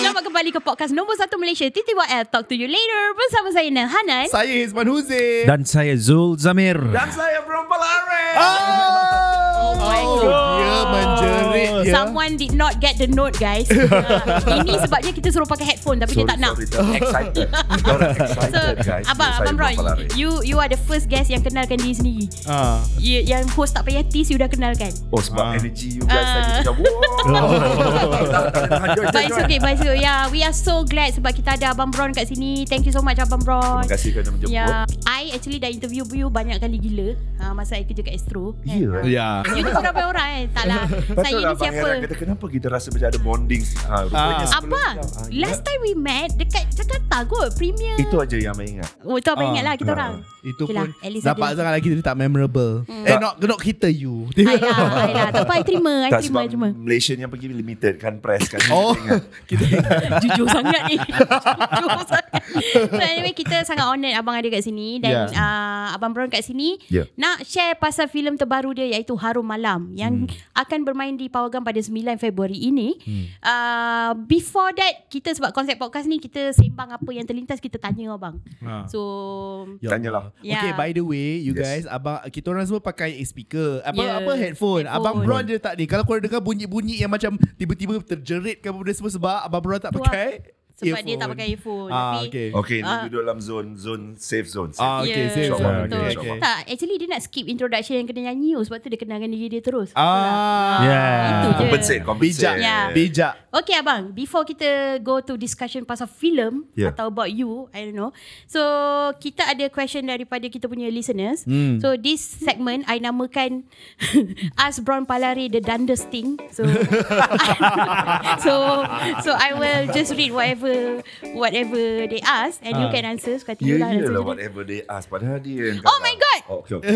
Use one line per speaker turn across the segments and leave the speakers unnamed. Selamat kembali ke podcast nombor 1 Malaysia TTYL Talk to you later Bersama saya Nel Hanan
Saya Hizman Huzi
Dan saya Zul Zamir.
Dan saya belum pelari.
Oh,
my
Dia menjerit ya.
Someone did not get the note guys Ah, Ini sebabnya kita suruh pakai headphone Tapi dia tak nak
Excited. Orang excited
So
guys.
Abang,
Saya
Abang
belum
Brown
pelari.
You you are the first guest yang kenalkan diri sendiri
Ah.
you, Yang host tak payah tease You dah kenalkan
Oh sebab
Ah.
energy you guys
Ah.
tadi macam wow.
But it's okay, but it's okay. Yeah, we are so glad sebab kita ada Abang Bron kat sini. Thank you so much Abang Bron.
Terima kasih kerana menjemput.
Yeah, I actually dah interview you banyak kali gila. Ha, masa I kerja kat Astro. kan.
Ya.
Ha.
Ya.
You ni berapa orang eh? Tak lah. Saya
Betul
ni
lah Abang
siapa?
Heran kata kenapa kita rasa macam ada bonding ha, rupanya
Ah. ya.
sebelum
Abang,
ni, ah,
last time we met dekat Jakarta kot. Premier.
ya. Itu aja yang saya ingat
Oh, itu apa
Ah,
ingat lah kita
ah.
orang.
Itu
Okay
pun
lah, Hmm. at least
dapat
ada.
sangat lagi kita tak memorable. Eh, not, not kita you. Ya
Ayolah, ayolah. Tak apa, I terima. I
Tak
terima,
sebab
I terima.
Malaysian yang pergi limited kan press kan
Oh.
Saya ingat.
Jujur sangat ni Jujur sangat So anyway kita sangat honoured Abang ada kat sini Dan
Yeah.
yeah. uh, Abang Brown kat sini
Ya.
Yeah.
Nak share pasal filem terbaru dia Iaitu Harum Malam Yang hmm. akan bermain di Pawagam pada 9 Februari ini hmm. uh, Before that Kita sebab konsep podcast ni Kita sembang apa yang terlintas Kita tanya abang
Ha.
So
Ya
Tanyalah.
Allah. Okay,
Ya.
by the way, you yes. guys,
Yes.
abang kita orang semua pakai speaker. Apa
Ya,
yeah. apa headphone. headphone.
headphone.
Abang Brown dia tak ni. Kalau korang dengar bunyi-bunyi yang macam tiba-tiba terjerit ke apa benda semua sebab abang Brown tak
Tu ah,
pakai
sebab dia tak pakai earphone.
Ah,
Tapi-
okay.
Okay ni
Ah.
duduk dalam zone Zone safe zone safe
Ah,
zone.
okay,
Ya,
safe
zone.
betul.
Okay, okay.
Tak, actually dia nak skip introduction yang kena nyanyi oh, Sebab tu dia kenalkan diri dia terus
Ah,
Itu
Yeah.
je Ya.
Compensate
Bijak.
Compensate
Yeah.
Bijak.
Okay abang, before kita go to discussion pasal filem yeah.
Yeah.
atau about you, I don't know. So kita ada question daripada kita punya listeners.
Hmm.
So this segment I namakan Ask Brown Palare the Dundest Thing. So so so I will just read whatever whatever they ask and you
Ah.
can answer suka hati
Ya
you
yeah,
lah.
yeah,
answer
lah
sendiri.
whatever they ask Padahal dia yang
Oh
kalah.
my god.
Oh, okay, okay.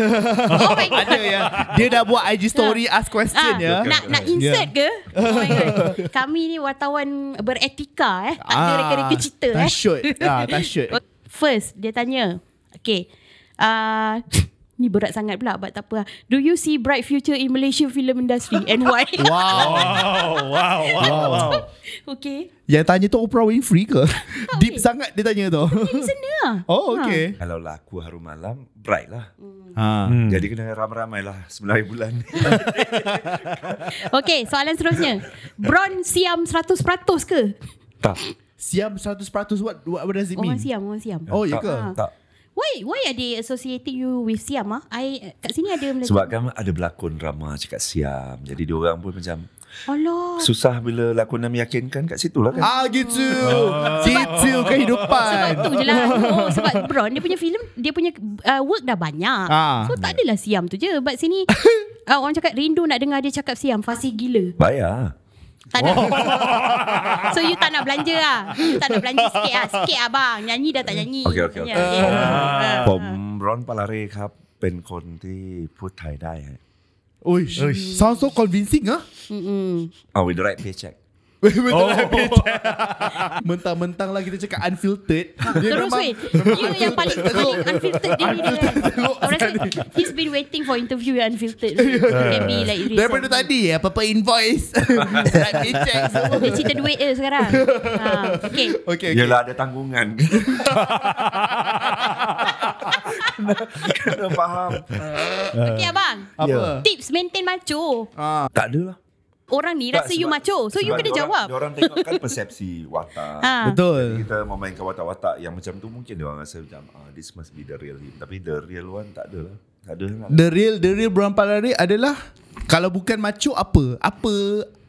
Oh my god.
Ada yang dia dah buat IG story ask question
Ah,
ya.
Nak nak insert yeah. ke? Oh my god. Kami ni wartawan beretika eh. Tak ada reka-reka cerita eh.
Ah,
Oh,
Tasyut. Ah, tasyut.
First dia tanya Okay uh, Ni berat sangat pula But tak apa lah. Do you see bright future In Malaysian film industry And why
Wow.
wow, wow, wow.
Okay
Yang tanya tu Oprah Winfrey ke? Deep
weh.
sangat dia tanya tu.
Listener lah
Oh, okay.
Kalau laku harum malam Bright lah
Ha.
hmm. Jadi kena ramai-ramai lah Sebenarnya bulan ni
ha. Okay soalan seterusnya Bron siam 100% ke
Tak
Siam 100% what, what, what does it
Orang
mean?
siam Orang siam
Oh, ya
tak,
ke?
Tak
Why why are they associating you with siam ah? I kat sini ada Malaysia.
Sebab kan ada berlakon drama Cakap siam Jadi dia orang pun macam
Allah.
Susah bila lakonan meyakinkan Kat situ lah kan
Ah gitu. Gitu kehidupan.
Sebab tu je lah oh, Sebab Bron dia punya filem Dia punya uh, work dah banyak
Ah.
So tak adalah siam tu je But sini uh, Orang cakap rindu nak dengar dia cakap siam Fasih gila
Bayar
Tak nak So you tak nak belanja lah You tak nak belanja sikit lah Sikit lah bang Nyanyi dah tak nyanyi
Okay, okay, okay.
Ya, ya.
Ah.
ผมร้อนปลาเร่ครับ เป็นคนที่พูดไทยได้ฮะ
Oi, sounds so convincing ah. Oh.
Mm-mm.
Oh with the right paycheck
Mentang-mentang lah kita cakap unfiltered. Dia
Terus
memang
weh You yang paling Paling unfiltered dia ni dia Orang rasa He's been waiting for interview yang Unfiltered Can be like this.
Daripada tadi ya, apa-apa invoice. Right paycheck semua.
Dia cerita duit je sekarang ha, Okay
Okay, okay.
Yelah ada tanggungan Kena- Kena faham
Okay abang
Apa?
Tips maintain macho
Tak ada lah
Orang ni
Tak,
rasa you
sebab-
macho So you
sebab
kena
diorang-
jawab
Diorang tengok kan persepsi watak
ha.
Betul.
Kita memainkan watak-watak yang macam tu Mungkin diorang rasa macam ah, This must be the real him Tapi the real one tak ada lah Tak ada lah
The real the real Brown Palare adalah kalau bukan macho apa? Apa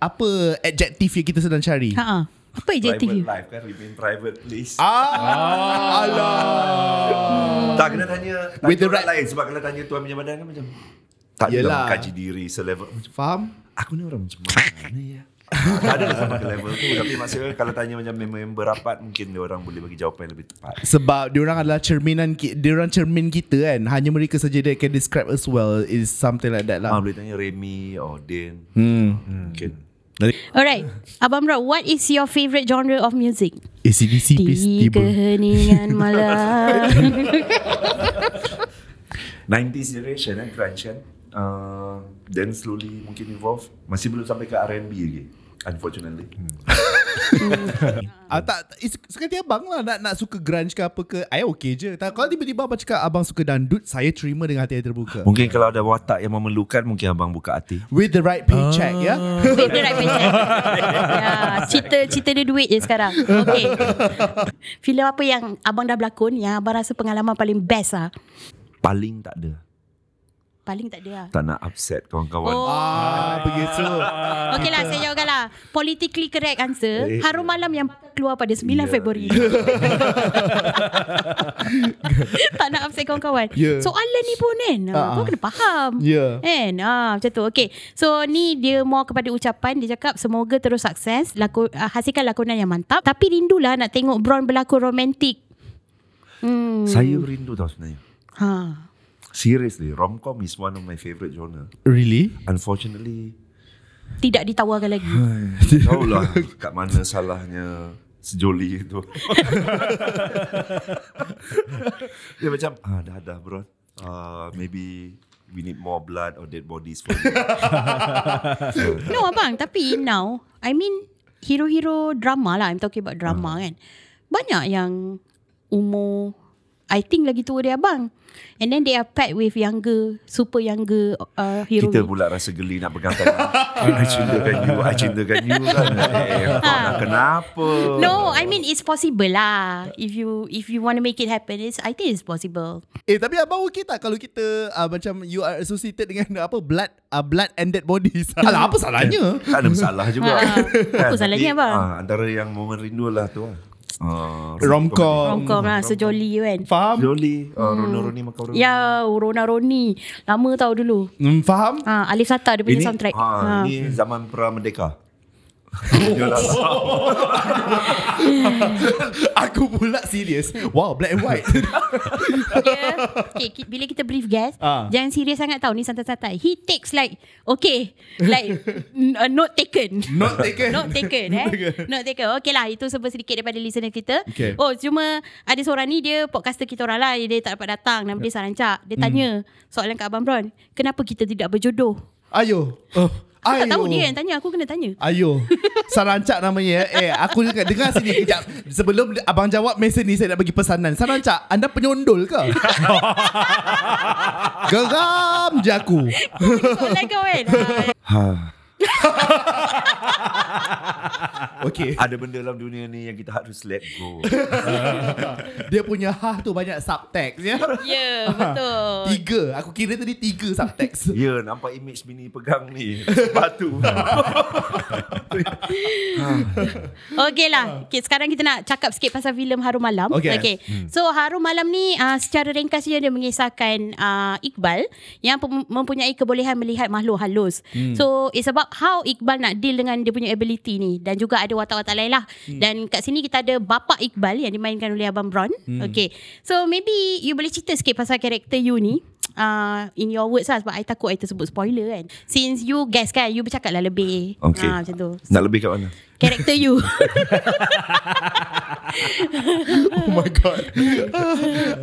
apa adjektif yang kita sedang cari?
Ha. Apa adjektif
Private
you?
life kan Remain private please
Ah, alah.
Tak kena tanya Tanya
With the
orang
right-
lain Sebab kalau tanya tuan punya badan kan macam Tak ada
Yelah.
mengkaji diri selevel
Faham?
Aku ni orang macam mana ya Tak ada lah sampai ke level tu Tapi maksudnya Kalau tanya macam member rapat Mungkin dia orang boleh bagi jawapan yang lebih tepat
Sebab diorang adalah cerminan ki- Diorang cermin kita kan Hanya mereka saja That can describe us well Is something like that
Ah,
lah
boleh tanya Remy or Din
hmm.
Mungkin
Alright. Abang Rod, what is your favourite genre of music?
ACDC
Di
please tiba
keheningan malam.
90s generation eh Grunge kan uh, Then slowly mungkin evolve Masih belum sampai ke R&B lagi Unfortunately
ah, tak, is, Sekali abang lah Nak nak suka grunge ke apa ke I okay je tak, Kalau tiba-tiba abang cakap Abang suka dandut Saya terima dengan hati yang terbuka
Mungkin kalau ada watak yang memerlukan Mungkin abang buka hati
With the right paycheck ya yeah?
With the right paycheck. ya, cerita cerita dia duit je sekarang. Okay. Filem apa yang abang dah berlakon yang abang rasa pengalaman paling best ah?
Paling tak ada
Paling tak ada lah.
Tak nak upset kawan-kawan
Oh.
Ah, pergi tu Ah,
Okey lah, saya jawabkan lah. Politically correct answer.
Eh.
Harum Malam yang keluar pada 9
Ya.
yeah. Februari. tak nak upset kawan-kawan.
Ya.
Soalan ni pun kan, uh
Ah.
kau kena faham.
Ya.
Kan? Ah, macam tu. Okay. So, ni dia more kepada ucapan. Dia cakap, semoga terus sukses. Laku, uh, hasilkan lakonan yang mantap. Tapi rindulah nak tengok Brown berlakon romantik. Hmm.
Saya rindu tau sebenarnya
Ha.
Seriously Romcom is one of my favourite genre
Really?
Unfortunately
Tidak ditawarkan lagi.
Tahu lah kat mana salahnya sejoli itu. Dia macam ah dah dah bro. Uh, maybe we need more blood or dead bodies for you."
No abang Tapi now I mean Hero-hero drama lah I'm talking about
Ah.
drama kan Banyak yang Umur I think lagi tua dia abang And then they are paired with younger Super younger uh, hero
Kita pula rasa geli nak pegang tangan. I cintakan you, I cintakan you kan. Eh, kau nak kenapa?
Ha. No I mean it's possible lah If you If you want to make it happen it's, I think it's possible
Eh tapi abang okey tak kalau kita uh, macam you are associated dengan apa blood uh, blood and dead bodies. Alah apa salahnya?
Tak ada masalah juga.
Ha,
Kan?
apa salahnya,
Tapi,
bang?
ah, antara yang momen rindu lah tu lah. Ah,
Romcom.
Romcom lah Sejoli kan
Faham?
Jolly, uh, Rona Roni Makan Roni.
Hmm. Ya Rona Roni Lama tau dulu
Hmm, faham?
ha, Alif Sata dia punya
Ini-
soundtrack
Ha,
ha.
ini zaman pra merdeka.
Aku pula serius. Wow, black and white.
dia okay, ki- bila kita brief guest
Ah.
jangan serius sangat tau ni santai-santai he takes like okay like n- uh, note taken
Not taken.
Not taken eh Not taken Okay lah Itu sebab sedikit daripada listener kita
Okay.
Oh cuma Ada seorang ni Dia podcaster kita orang lah Dia tak dapat datang Nama
Ya.
dia Sarancak Dia
Hmm.
tanya Soalan kat Abang Bron Kenapa kita tidak berjodoh
Ayo. Oh.
Aku
Ayo.
tak tahu dia yang tanya Aku kena tanya
Ayo Sarancak namanya eh. Eh aku dengar, dengar sini kejap Sebelum abang jawab mesej ni Saya nak bagi pesanan Sarancak Anda penyondol ke? Geram je aku
Soalan kau kan Ah,
Ha.
Okay
Ada benda dalam dunia ni yang kita harus let go.
Dia punya ha tu banyak subtext ya.
Ya yeah, betul
Tiga Aku kira tadi tiga subtext
Ya, yeah, nampak image bini pegang ni. Sepatu.
Okey lah. Okay, sekarang kita nak cakap sikit pasal filem Harum Malam.
Okey.
Okay. So Harum Malam ni uh, secara ringkasnya dia mengisahkan uh, Iqbal yang pem- mempunyai kebolehan melihat makhluk halus. Hmm. So it's about how Iqbal nak deal dengan dia punya ability ni dan juga ada watak-watak lain lah. Hmm. Dan kat sini kita ada bapa Iqbal yang dimainkan oleh Abang Bron. Hmm. Okay. So maybe you boleh cerita sikit pasal karakter you ni. Uh, in your words lah sebab I takut I tersebut spoiler kan. Since you guess kan, you bercakap lah lebih.
Okay.
Ah, macam tu.
Nak lebih kat mana?
Karakter you.
Oh my god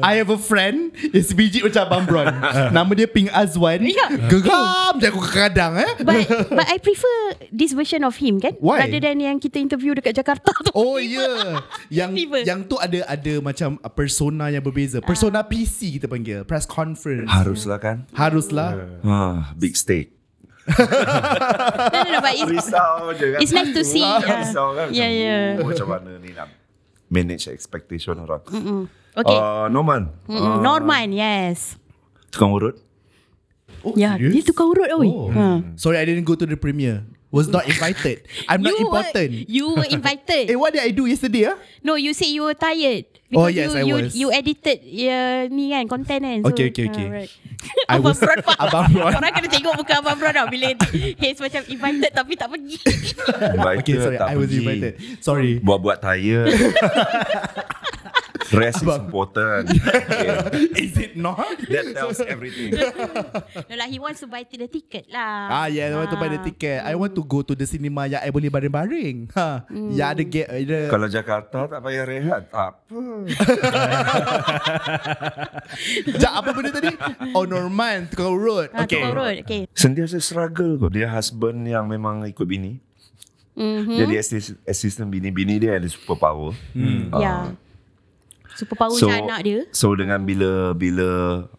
I have a friend It's biji macam Abang Bron Nama dia Ping Azwan
Ya.
Geram je aku kadang eh
But but I prefer this version of him kan
Why?
rather than yang kita interview dekat Jakarta tu.
Oh ya yeah. Yang
Tiba.
yang tu ada ada macam uh, persona yang berbeza
Ah.
Persona PC kita panggil Press conference
Haruslah kan?
Haruslah
Ha, big stake.
No no no but it's,
Risau je kan?
it's nice to see.
Risau,
Uh,
Risau kan? Macam,
yeah yeah.
"Oh, Macam mana ni nak manage expectation orang.
Okay.
Oh.
Uh,
Uh, Norman.
Ah.
Mm-mm. Norman, yes.
Tukang urut.
ya, dia tukang urut oi.
Oh.
Ha.
Sorry I didn't go to the premiere was not invited. I'm not
you Were,
important.
you were
Eh,
invited.
what did I do yesterday? ah?
no, you said you were tired.
Oh,
Because
yes,
you,
I
you,
was.
You edited uh, ni kan, content kan. So,
Okay, okay, okay.
alright.
I
Abang
was-
Bron faham.
Abang Bron.
Korang kena tengok muka Abang Bron tau. Bila Haze macam invited tapi tak pergi.
Invited,
Okay, sorry.
tak
I was
pergi.
invited. Sorry.
Buat-buat tayar. Rest is
Abang.
important. Okay.
Is it not?
That tells everything.
no lah, he wants to buy the ticket lah.
Ah yeah, I want to buy the ticket. I want to go to the cinema yang I boleh baring-baring. Ha.
Hmm.
Yang ada gate ada.
Kalau Jakarta tak payah rehat. Tak apa.
Sekejap, apa benda tadi? Oh Norman, Tukang Road.
Ah,
Okay.
Tukang road. Okay.
Sentiasa struggle kot. Dia husband yang memang ikut bini.
Mm-hmm.
Jadi assist- assistant bini. Bini dia ada superpower. Hmm.
Ah.
Yeah. Superpower so, anak dia.
So dengan bila bila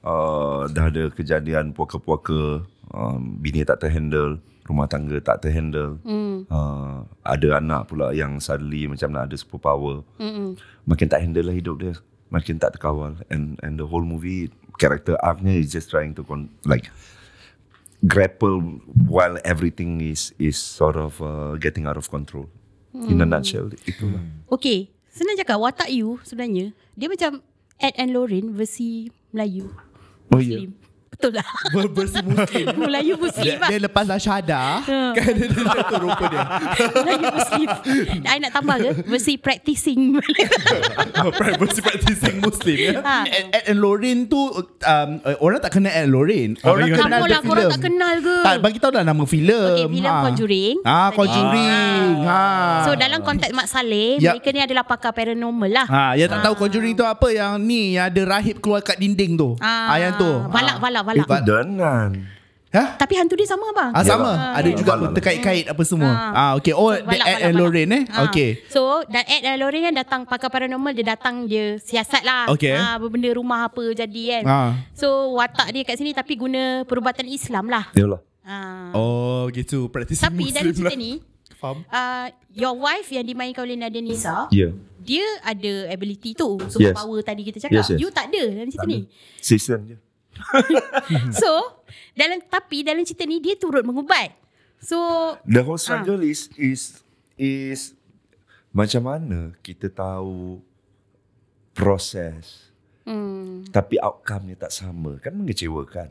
uh, dah ada kejadian puaka-puaka, um, bini tak terhandle, rumah tangga tak terhandle, mm. uh, ada anak pula yang suddenly macam nak ada superpower,
Mm-mm.
makin tak handle lah hidup dia, makin tak terkawal. And and the whole movie character arc-nya is just trying to con- like grapple while everything is is sort of uh, getting out of control. Mm. In a nutshell, itulah.
Okay. Senang cakap, watak you sebenarnya, dia macam Ed and Lorraine versi Melayu.
Oh yeah.
Muslim. Betul lah.
Bersih Ya. muslim.
Melayu Muslim
Dia,
lah.
dia lepas dah Syada,
Ah.
kan dia dah tu rupa dia.
Melayu Muslim. I nak tambah ke? Versi practicing.
Bersih Oh, practicing muslim. Ya?
Ha.
Ed, Ed and Lorraine tu, um, uh, orang tak kenal Ed and Lorraine.
Ah,
Orang
bagi
kenal
Kamu
the
lah korang
film.
tak kenal ke?
Tak, bagi tahu dah nama filem.
Okay, filem
Ha.
Conjuring. Ah.
Ah, Conjuring. Ha.
So dalam konteks Mak Saleh,
Ya.
mereka ni adalah pakar paranormal lah.
Ha, yang tak tahu Conjuring tu apa yang ni yang ada rahib keluar kat dinding tu.
Ah,
Ah, yang tu.
balak,
Ah.
balak, balak.
Eh, ba-
Danan.
Ha?
Tapi hantu dia sama bang.
Ah, sama.
Yalah.
Ada
Ah,
juga
balak.
terkait-kait apa semua. Ah, okay. Oh, the Ed
balak, balak,
and
balak.
Lorraine eh.
Ah.
Okay.
So dan Ed dan Lorraine kan datang pakar paranormal dia datang dia siasat lah.
Okay.
Ah, benda rumah apa jadi kan.
Ah.
So watak dia kat sini tapi guna perubatan Islam lah.
Yalah.
Ah.
Oh, gitu. Practice
tapi
Muslim
dalam
lah.
cerita ni
Faham?
uh, your wife yang dimainkan oleh Nadia Nisa
Yeah.
dia ada ability tu superpower power tadi kita cakap.
Yes, yes.
You tak ada dalam cerita ni.
Season je.
So dalam tapi dalam cerita ni dia turut mengubat. So
The whole struggle is is is macam mana kita tahu proses
hmm,
tapi outcome-nya tak sama kan mengecewakan.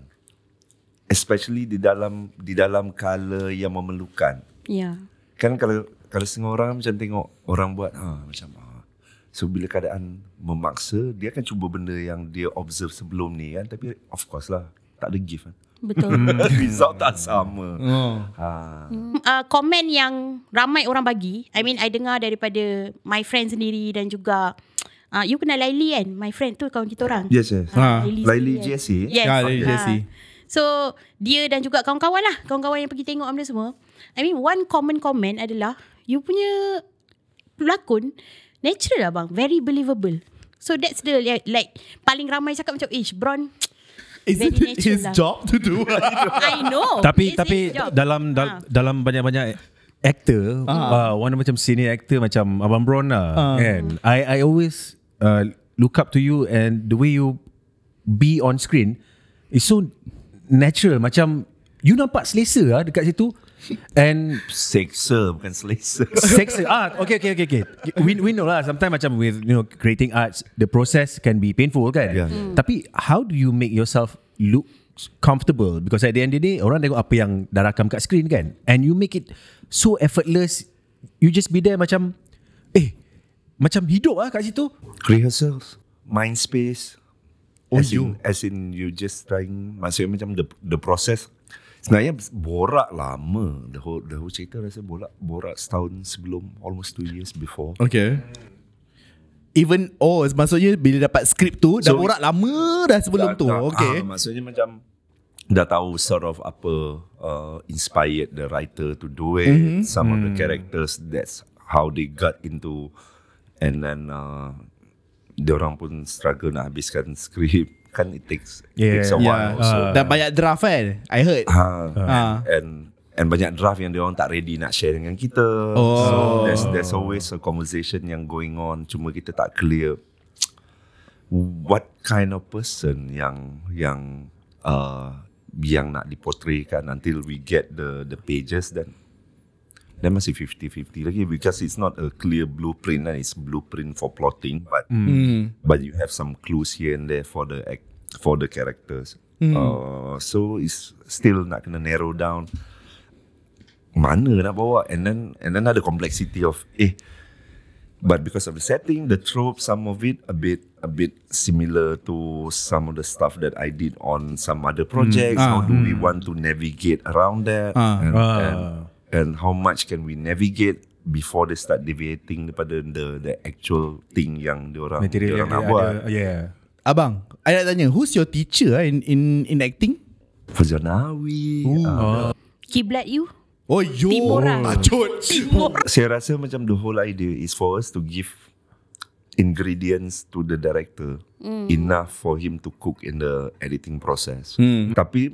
Especially di dalam di dalam kala yang memerlukan.
ya. Yeah.
Kan kalau kalau setengah orang macam tengok orang buat ha macam ha. So bila keadaan memaksa dia akan cuba benda yang dia observe sebelum ni kan tapi of course lah tak ada gift kan.
Betul.
Result tak sama.
Oh.
Ha.
uh, komen yang ramai orang bagi. I mean, I dengar daripada my friend sendiri dan juga uh, you kenal Laili kan? My friend tu kawan kita orang.
Yes yes.
Ah,
Laili
sendiri kan?
JC.
Yes.
Ah, Laili
Ah.
JC.
So, dia dan juga kawan-kawan lah. Kawan-kawan yang pergi tengok benda semua. I mean, one common comment adalah you punya pelakon natural lah bang. Very believable. So, that's the like, like paling ramai cakap macam, ish, Bron,
Isn't
Very
it his
natural lah.
job to do?
I know.
Tapi
It's
tapi
his job.
dalam dal- dalam banyak-banyak actor,
Ah.
uh, one macam senior actor macam Abang Bron lah. And I I always uh, look up to you and the way you be on screen is so natural macam you nampak selesa lah dekat situ and
Seksa bukan kan selesa.
Sex art. Okay, okay, okay, okay. We, we know lah. Sometimes macam with you know creating arts, the process can be painful kan.
Yeah.
Tapi how do you make yourself look comfortable? Because at the end of the day, orang tengok apa yang dah rakam kat screen kan. And you make it so effortless. You just be there macam, eh, macam hidup lah kat situ.
Rehearsals, mind space.
Oh,
as
you.
in, as in you just trying maksudnya macam the the process sebenarnya borak lama the whole the whole cerita rasa borak borak setahun sebelum almost two years before
okay. Even oh maksudnya bila dapat skrip tu dah
So-
borak lama dah sebelum tu.
dah,
Okay.
ah, maksudnya macam dah tahu sort of apa uh, inspired the writer to do it
Mhm.
mm-hmm. some mm. of the
Hmm.
characters that's how they got into and then uh, orang pun struggle nak habiskan skrip kan it takes
Yeah,
yeah, takes a while
Yeah.
yeah, also
Uh, dah banyak draft kan? I heard.
Ha,
Ah.
and and banyak draft yang dia orang tak ready nak share dengan kita.
Oh.
So there's there's always a conversation yang going on cuma kita tak clear what kind of person yang yang uh, yang nak diportraykan until we get the the pages dan Then masih 50-50 lagi because it's not a clear blueprint and it's blueprint for plotting but but you have some clues here and there for the act, for the characters. Uh, so it's still nak kena narrow down mana nak bawa and then and then ada complexity of eh But because of the setting, the trope, some of it a bit a bit similar to some of the stuff that I did on some other
Hmm.
projects.
Ah,
how do we want to navigate around that? and, and
ah.
and how much can we navigate before they start deviating daripada the the actual thing yang diorang
Material
diorang
yang
nak
dia
buat.
ada. Yeah.
Abang, I nak tanya, who's your teacher ah, in in in acting?
Fazanawi. Uh,
Kiblat you?
Oh, yo.
Timuran.
Acut.
saya rasa macam the whole idea is for us to give ingredients to the director enough for him to cook in the editing process. Tapi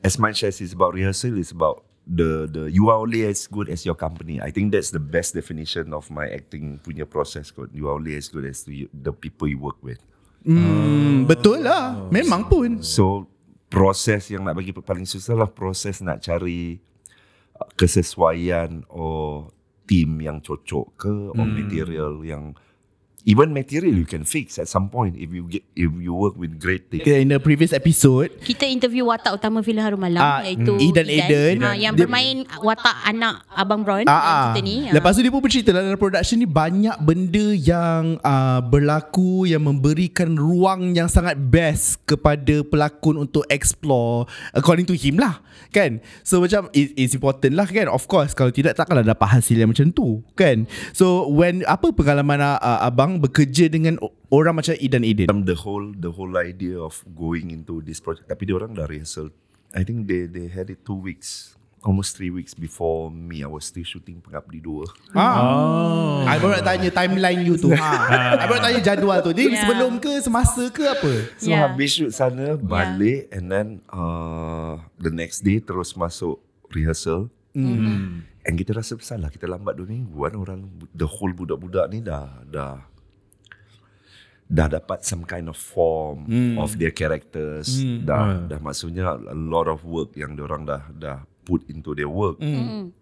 as much as it's about rehearsal, it's about the the you are only as good as your company. I think that's the best definition of my acting punya process. Kot. You are only as good as the, the people you work with.
Hmm, betul lah. Memang pun.
So proses yang nak bagi paling susah lah proses nak cari uh, kesesuaian or team yang cocok ke or material yang even material you can fix at some point if you get if you work with great team.
Okay, In the previous episode,
Kita interview watak utama filem Harum Malam
Ah,
iaitu
mm. Idan Eden.
Ah, yang
Dia-
bermain watak anak Abang Brown
Ah, ah.
kita ni. Ah.
Lepas tu dia pun bercerita lah dalam production ni banyak benda yang uh, berlaku yang memberikan ruang yang sangat best kepada pelakon untuk explore according to him lah kan. So macam it, it's important lah kan of course kalau tidak takkanlah dapat hasil yang macam tu kan. So when apa pengalaman uh, abang bekerja dengan o- orang macam Idan Eden?
Macam the whole the whole idea of going into this project tapi dia orang dah rehearsal. I think they they had it two weeks almost three weeks before me I was still shooting Pengabdi 2.
Ha. Oh. I baru nak tanya timeline you tu. Ha. I baru nak tanya jadual tu. Jadi
Yeah.
sebelum ke semasa ke apa?
So
Yeah.
yeah. habis shoot sana Balik yeah. And then uh, The next day Terus masuk Rehearsal mm. And kita rasa bersalah Kita lambat 2 minggu kan Orang The whole budak-budak ni dah Dah Dah dapat some kind of form mm. Of their characters mm. Dah dah maksudnya A lot of work Yang orang dah Dah put into their work mm.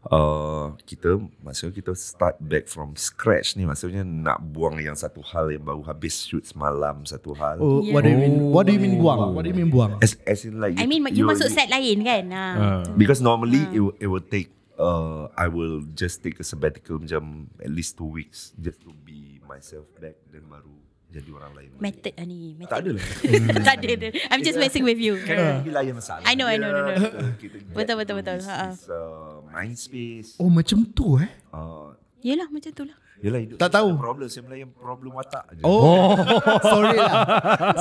Uh, kita maksudnya kita start back from scratch ni maksudnya nak buang yang satu hal yang baru habis shoot semalam satu hal
Oh, what do you mean? What do you
Oh.
mean buang? What do you mean buang?
As, as in like
I mean you, masuk set Ah. lain kan. Ah.
Because normally it will, it will take uh, I will just take a sabbatical macam at least two weeks just to be myself back then baru jadi orang lain.
Method lah ni. Method.
tak ada lah.
tak ada. ada. I'm just messing with you. Ah.
Kan
Ah.
lagi lain masalah.
I know, I know, I know, I know.
Kita get
Betul, betul,
to
betul.
This,
Ha, ha.
this, uh, mind space.
Oh macam tu eh
Uh,
Yelah macam tu lah.
yelah hidup.
Tak tahu.
Problem, saya Melayu problem watak je.
Oh Sorry lah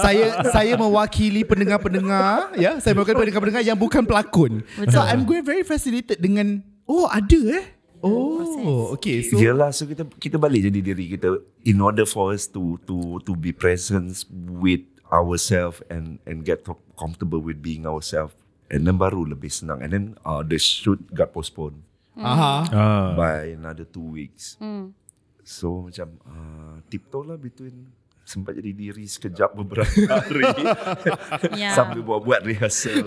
Saya saya mewakili pendengar-pendengar ya Saya mewakili pendengar-pendengar yang bukan pelakon So I'm going very fascinated dengan Oh ada eh Oh Okay so
So, Yelah so kita kita balik jadi diri kita in order for us to to to be present with ourselves and and get to- comfortable with being ourselves and then baru lebih senang and then uh, the shoot got postponed
Aha.
Ah.
by another two weeks. So macam uh, tiptoe lah between sempat jadi diri sekejap beberapa hari
Ya.
sambil buat-buat rehearsal.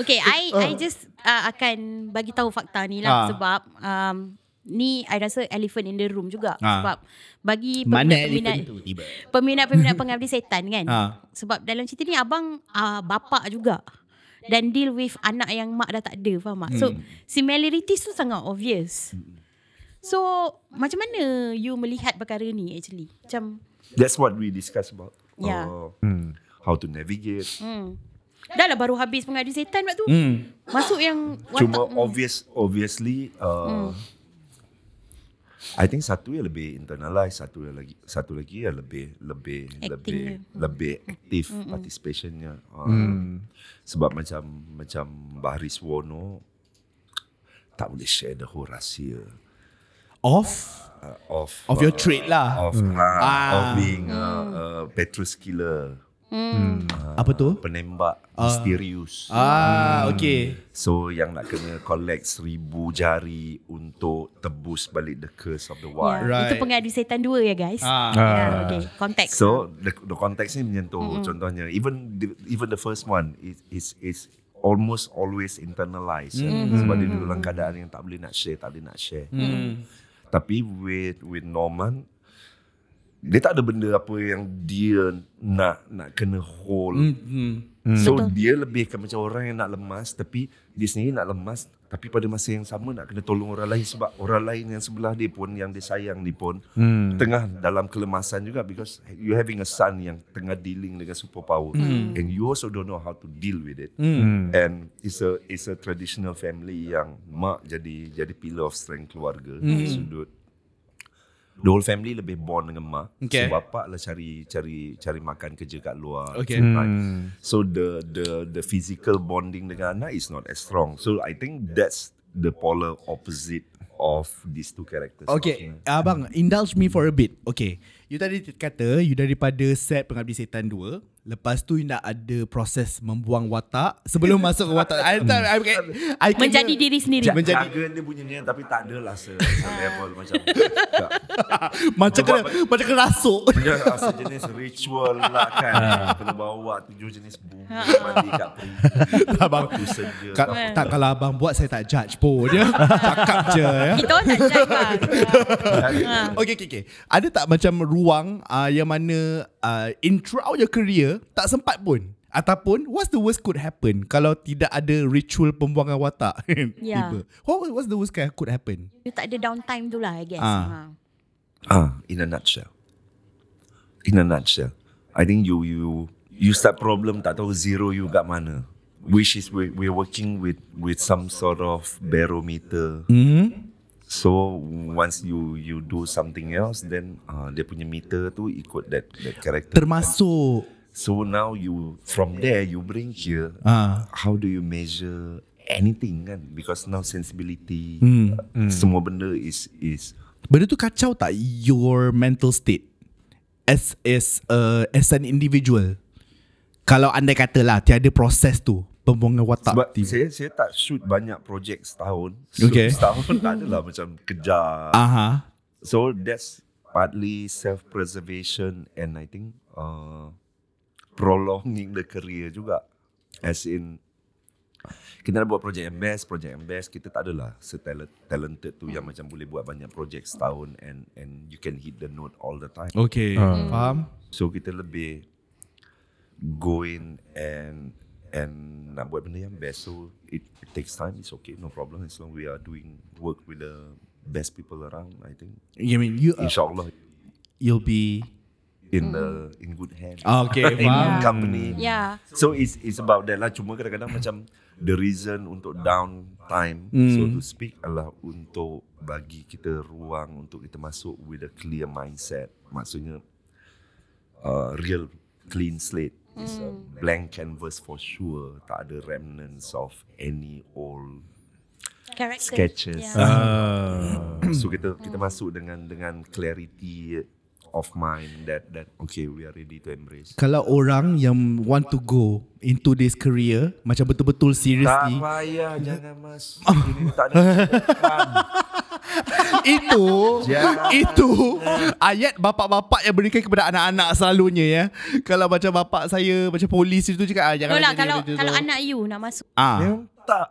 Okay, I I just uh, akan bagi tahu fakta ni
Ah.
lah sebab um, ni I rasa elephant in the room juga
Ah.
sebab bagi
Mana
peminat-peminat
elephant tu tiba
peminat-peminat pengabdi setan kan.
Ah.
Sebab dalam cerita ni abang uh, bapak juga dan deal with anak yang mak dah tak ada faham tak? So similarities tu sangat obvious. So macam mana you melihat perkara ni actually? Macam
That's what we discuss about.
Yeah.
Uh, How to navigate.
dah lah baru habis pengabdi setan waktu tu. Masuk yang
Cuma
watak-
obvious obviously uh,
Hmm.
I think satu yang lebih internalize, satu yang lagi satu lagi yang lebih lebih
Acting
lebih
dia. Hmm.
lebih aktif participationnya. Uh,
Hmm.
mm. Sebab macam macam Baris Wono tak boleh share the whole rahsia
Off
uh, of
Of your trade lah
of uh,
Ah.
of being
Hmm.
uh, uh, Petrus killer,
Hmm. Apa tu Uh,
penembak misterius.
Ah okay
So yang nak kena collect seribu jari untuk tebus balik the curse of the wild.
Right.
Right. Ya, Itu pengadu setan dua ya guys.
Ah.
Yeah, okay, konteks.
So the, the context ni menyentuh mm-hmm. contohnya even the, even the first one is is is almost always internalised mm. sebab dia dulu dalam keadaan yang tak boleh nak share, tak boleh nak share. Mm. Tapi with with Norman dia tak ada benda apa yang dia nak nak kena hold. Mm. So Betul. dia lebih ke macam orang yang nak lemas tapi dia sendiri nak lemas tapi pada masa yang sama nak kena tolong orang lain sebab orang lain yang sebelah dia pun yang dia sayang ni pun mm. tengah dalam kelemasan juga because you having a son yang tengah dealing dengan superpower mm. and you also don't know how to deal with it. Mm. And it's a it's a traditional family yang mak jadi jadi pillar of strength keluarga mm. sudut The whole family lebih bond dengan mak.
Okay.
So bapak lah cari cari cari makan kerja kat luar.
Okay.
Hmm. So the the the physical bonding dengan anak is not as strong. So I think that's the polar opposite of these two characters.
Okay, abang, indulge me for a bit. Okay, you tadi kata you daripada set Pengabdi Setan 2, lepas tu you nak ada proses membuang watak sebelum masuk ke watak. I, tak- I, I, I kena-
Menjadi diri sendiri.
Jaga
Menjadi-
dia bunyinya tapi tak adalah se, se level macam tak,
macam kena, macam kena rasuk.
dia rasa jenis ritual lah kan kena bawa tujuh jenis bumbu mandi kat perut
abang,
tu saja
Ka, tak kalau abang buat saya tak judge pun ya. Cakap je ya.
Kita orang tak judge lah. bang.
Okay, okay, okay. Ada tak macam ruang uh, yang mana uh, in throughout your career tak sempat pun? Ataupun what's the worst could happen kalau tidak ada ritual pembuangan watak?
Ya.
Tiba. What, what's the worst can- could happen?
You tak ada downtime tu lah I guess.
Ah.
Ah.
Ah, in a nutshell. In a nutshell, I think you you you start problem tak tahu zero you kat mana. Which is we we're working with with some sort of barometer. So once you you do something else, then uh, dia punya meter tu ikut that that character.
Termasuk
So now you from there you bring here.
Ah.
How do you measure anything kan? Because now sensibility, uh, semua benda is is
Benda tu kacau tak your mental state as as uh, as an individual? Kalau andai katalah tiada proses tu pembuangan watak
Sebab
tiba.
saya saya tak shoot banyak projek setahun. So
Okay.
Setahun tak adalah macam kejar.
Aha.
So that's partly self preservation and I think uh, prolonging the career juga. As in kita nak buat projek yang best, projek yang best kita tak adalah setalent talented tu yang macam boleh buat banyak projek setahun and and you can hit the note all the time.
Okay. Uh.
Hmm.
Faham?
So kita lebih go in and and nak buat benda yang best. So it, it takes time. It's okay. No problem. As long we are doing work with the best people around, I think.
I mean you uh,
Insyaallah
you'll be
in the in good hands.
Ah, okay,
in
faham.
good company.
Yeah.
So it's it's about that lah. Cuma kadang-kadang macam the reason untuk downtime, so to speak, adalah untuk bagi kita ruang untuk kita masuk with a clear mindset. Maksudnya uh, real clean slate. It's a
Hmm.
blank canvas for sure. Tak ada remnants of any old
Character.
sketches.
Yeah.
so kita kita masuk dengan dengan clarity of mind that that okay we are ready to embrace.
kalau orang yang want to go into this career macam betul-betul
Tak
seriously
payah jangan mas. Ini tak ada. kesempatan.
itu itu ayat bapak-bapak yang berikan kepada anak-anak selalunya ya. Kalau macam bapak saya macam polis itu cakap ah, jangan
No lah
jadi
kalau
macam tu.
kalau anak you nak masuk.
ah.
Yang tak.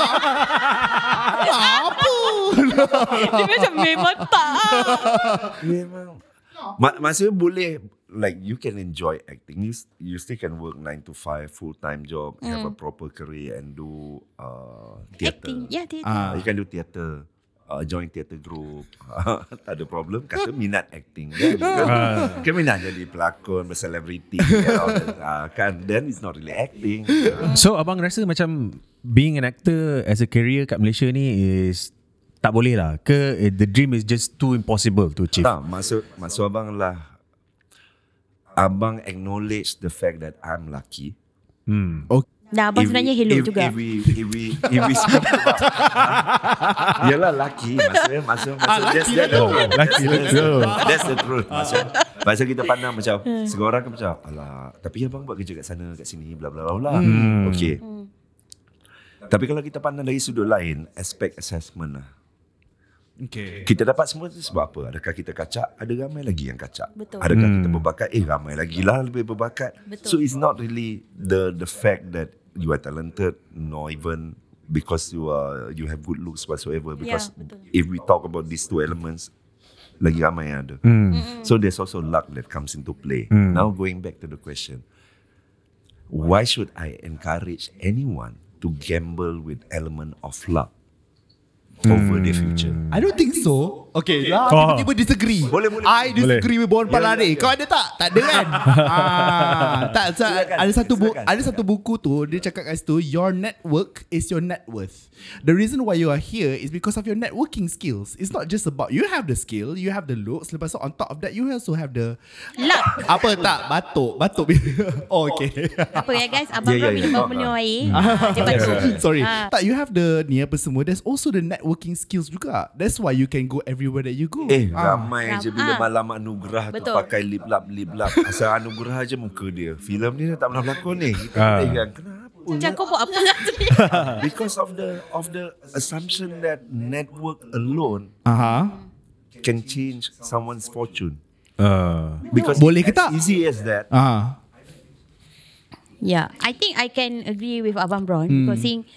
Dia macam memang tak.
Memang. Ma- maksudnya boleh like you can enjoy acting. You s- you still can work 9 to 5 full time job, have a proper career and do uh, theater.
Acting. Ya, Yeah, dia.
Uh, you can do theater. Uh, join theater group Tak ada problem Kata minat acting kan Kan minat jadi pelakon Berselebriti and all that. Ah, Kan Then it's not really acting
So abang rasa macam being an actor as a career kat Malaysia ni is tak boleh lah ke eh, the dream is just too impossible to achieve.
Tak, maksud maksud abang lah abang acknowledge the fact that I'm lucky.
Dah abang sebenarnya hello
if,
juga.
If we if we if we speak about Yalah lucky maksudnya maksud maksud that's that the
lah.
truth.
Lucky,
That's the
betul.
truth. That's the truth. Maksud maksud kita pandang macam
Hmm.
seorang kan macam alah tapi abang buat kerja kat sana kat sini bla bla bla bla.
Hmm.
Okay.
Hmm.
Tapi kalau kita pandang dari sudut lain, aspek assessment lah.
Okay.
Kita dapat semua tu sebab apa? Adakah kita kacak? Ada ramai lagi yang kacak.
Betul.
Adakah hmm. kita berbakat? Eh ramai lagi lah lebih berbakat.
Betul.
So it's not really the the fact that you are talented, nor even because you are you have good looks whatsoever. Because
betul.
if we talk about these two elements, lagi ramai yang ada. So there's also luck that comes into play. Now going back to the question, why should I encourage anyone to gamble with element of luck over their future?
I don't think so. Okay, lah
Oh.
tiba-tiba disagree.
Boleh, boleh.
I disagree with Bon Palare.
ya, ya.
Kau ada tak? Tak ada kan? ah, tak so,
Silakan,
ada satu bu-
silakan,
ada satu buku tu dia cakap kat situ your network is your net worth. The reason why you are here is because of your networking skills. It's not just about you have the skill, you have the looks, lepas tu on top of that you also have the
Luck.
apa tak batuk, batuk. oh, okay.
Apa ya guys Abang yeah, yeah,
Ya, ya,
minum
ya.
minum air Ah,
ya,
Dia batuk
Sorry
Ah.
Tak you have the Ni apa semua There's also the networking skills juga That's why you can go Everywhere that you go
Eh
Ah.
ramai je
Ram-
bila
ah.
malam anugerah tu
Betul.
pakai lip lap lip lap Asal anugerah je muka dia Filem ni dah tak pernah berlakon ni Kita
Ah.
pegang kenapa
Macam kau buat apa
Ah.
Because of the of the assumption that network alone
Aha.
can change someone's fortune
Uh,
Because
Boleh ke
as
tak?
easy as that
Ah.
Yeah Ya, I think I can agree with Abang Bron hmm. Because seeing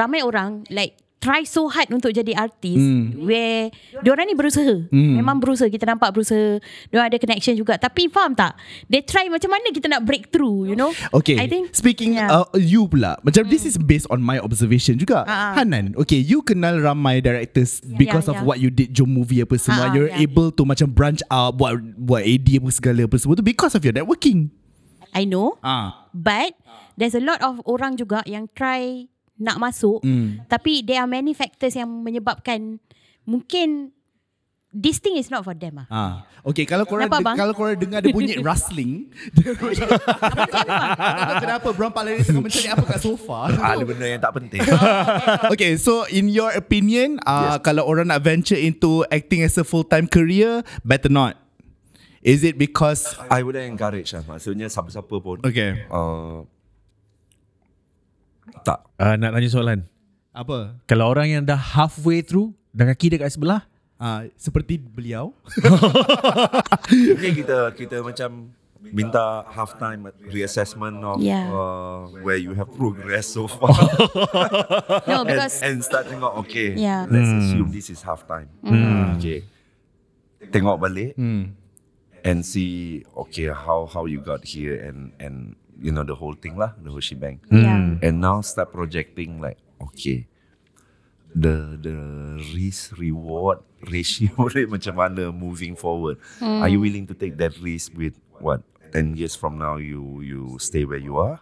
Ramai orang Like Try so hard untuk jadi artis hmm. Where Diorang ni berusaha hmm. Memang berusaha Kita nampak berusaha Diorang ada connection juga Tapi faham tak They try macam mana Kita nak breakthrough You know
Okay
I think
Speaking
yeah.
yeah. uh, You pula Macam this is based on my observation juga
Ah, ah.
Hanan Okay you kenal ramai directors Because of
yeah, yeah.
what you did Jom movie apa semua
Ah, ah,
You're
yeah.
able to macam branch out Buat, buat AD apa segala apa semua tu Because of your networking
I know
Ah.
But there's a lot of orang juga yang try nak masuk mm. tapi there are many factors yang menyebabkan mungkin this thing is not for them ah.
Ah. Okay, kalau korang
Kenapa,
de-
bang?
kalau korang dengar ada bunyi rustling, dia macam- kenapa Brown Palari tengah mencari apa kat sofa?
Ada benda yang tak penting
okay, so in your opinion, uh, yes. kalau orang nak venture into acting as a full-time career, better not. Is it because
I would encourage lah Maksudnya siapa-siapa pun
okay
uh, Tak
uh, nak tanya soalan.
apa?
Kalau orang yang dah halfway through dan kaki dia kat sebelah,
Uh, seperti beliau.
Mungkin kita kita macam minta half time reassessment of
Yeah.
uh, where you have progressed so far.
No
and,
because
and start tengok okay
Yeah. Hmm.
let's assume this is half time okay tengok balik and see okay how how you got here and and you know the whole thing lah the whole shebang
Yeah.
and now start projecting like okay the the risk reward ratio rate macam mana moving forward
Hmm.
are you willing to take that risk with what 10 years from now you you stay where you are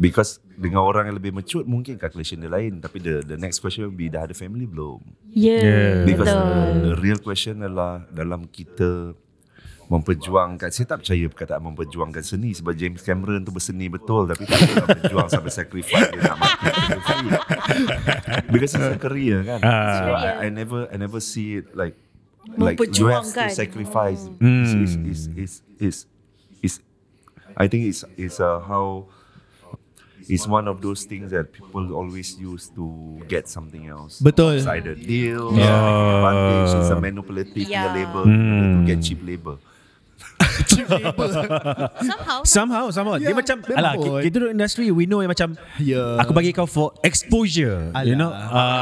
Because dengan orang yang lebih mature mungkin calculation dia lain tapi the the next question will be dah ada family belum?
yeah,
Yeah.
Because
betul.
the real question adalah dalam kita memperjuangkan saya tak percaya perkataan memperjuangkan seni sebab James Cameron tu berseni betul tapi tak pernah berjuang sampai sacrifice dia nak mati because it's a career kan
Ah.
so I, I never I never see it like like you have to
Memperjuangkan.
sacrifice
Hmm.
is is is is is I think it's it's uh, how It's one of those things that people always use to get something else.
Betul.
Insider deal, uh, advantage, it's a manipulative
Yeah.
labor to get cheap labor.
somehow
somehow somehow yeah, dia
Yeah,
macam
Ya, memang
alah
pun.
ki- kita duduk industry we know yang macam
Yeah.
aku bagi kau for exposure, you
Alah. Ya.
know. Ah.
Yeah.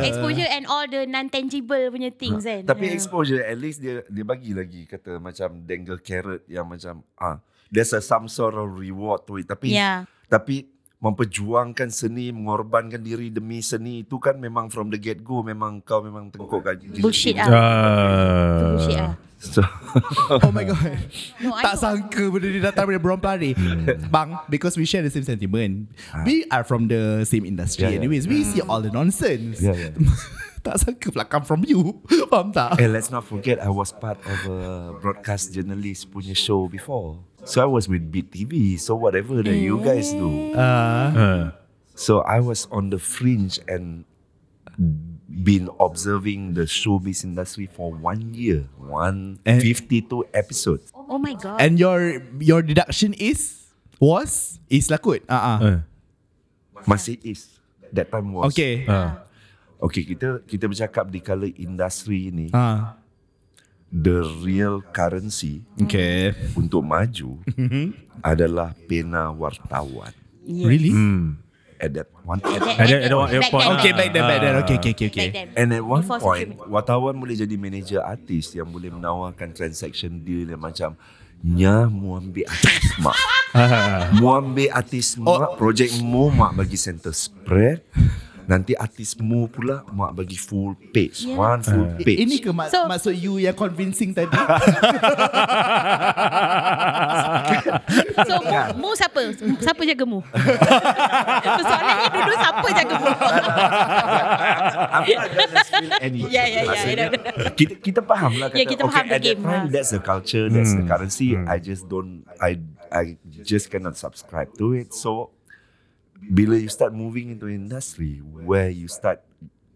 lah. exposure and all the non tangible punya things kan.
Ah. Tapi
Yeah.
exposure at least dia dia bagi lagi kata macam dangle carrot yang macam ah there's a some sort of reward to it tapi
Yeah.
tapi memperjuangkan seni mengorbankan diri demi seni itu kan memang from the get go memang kau memang tengkuk kat diri
bullshit
sendiri.
ah.
Ah.
Bullshit ah.
So,
Oh my god.
No, I
tak
know.
sangka benda ni Ah. datang dari Brown Pelari. Bang, because we share the same sentiment. We are from the same industry
Yeah, yeah.
anyways. We see all the nonsense.
Yeah, yeah.
tak sangka pula come from you. Faham tak?
Eh, let's not forget I was part of a broadcast journalist punya show before. So I was with Beat TV. So whatever that you guys do.
Uh.
Uh.
Ah.
So I was on the fringe and been observing the showbiz industry for one year, one
And-
52 episodes.
Oh my god.
And your your deduction is was is lakut. Ah uh-uh.
Ah.
Masih is. That time was.
Okay.
Ah.
Okay, kita kita bercakap di kala industri ini,
Ah.
the real currency
Okay.
untuk maju adalah pena wartawan.
Yes.
Really? Ah,
at that one.
Back
I
then,
don't- I don't want your
back
point.
then.
Mm.
Ah.
Okay, back then, back then. Okay, okay, okay. okay.
Back then.
And at
Before
one Before
social
point,
media.
wartawan boleh jadi manager artis yang boleh menawarkan transaction deal yang macam Nya mu ambil artis mak. mu ambil artis mak, projek mu mak bagi center spread. Nanti artis mu pula mak bagi full page.
Yeah.
One full page.
Ini ke mak-
So-
maksud you yang convincing tadi?
So Mu,
Kan?
Mu siapa? Siapa jaga Mu? Persoalannya dulu siapa jaga Mu?
Aku ada explain any.
Ya, ya, ya,
Maksudnya,
I
Kita kita faham lah.
Ya, kita faham
okay,
the
at that
game,
time,
ha.
that's the culture, that's the currency. I just don't, I I just cannot subscribe to it. So, bila you start moving into industry where you start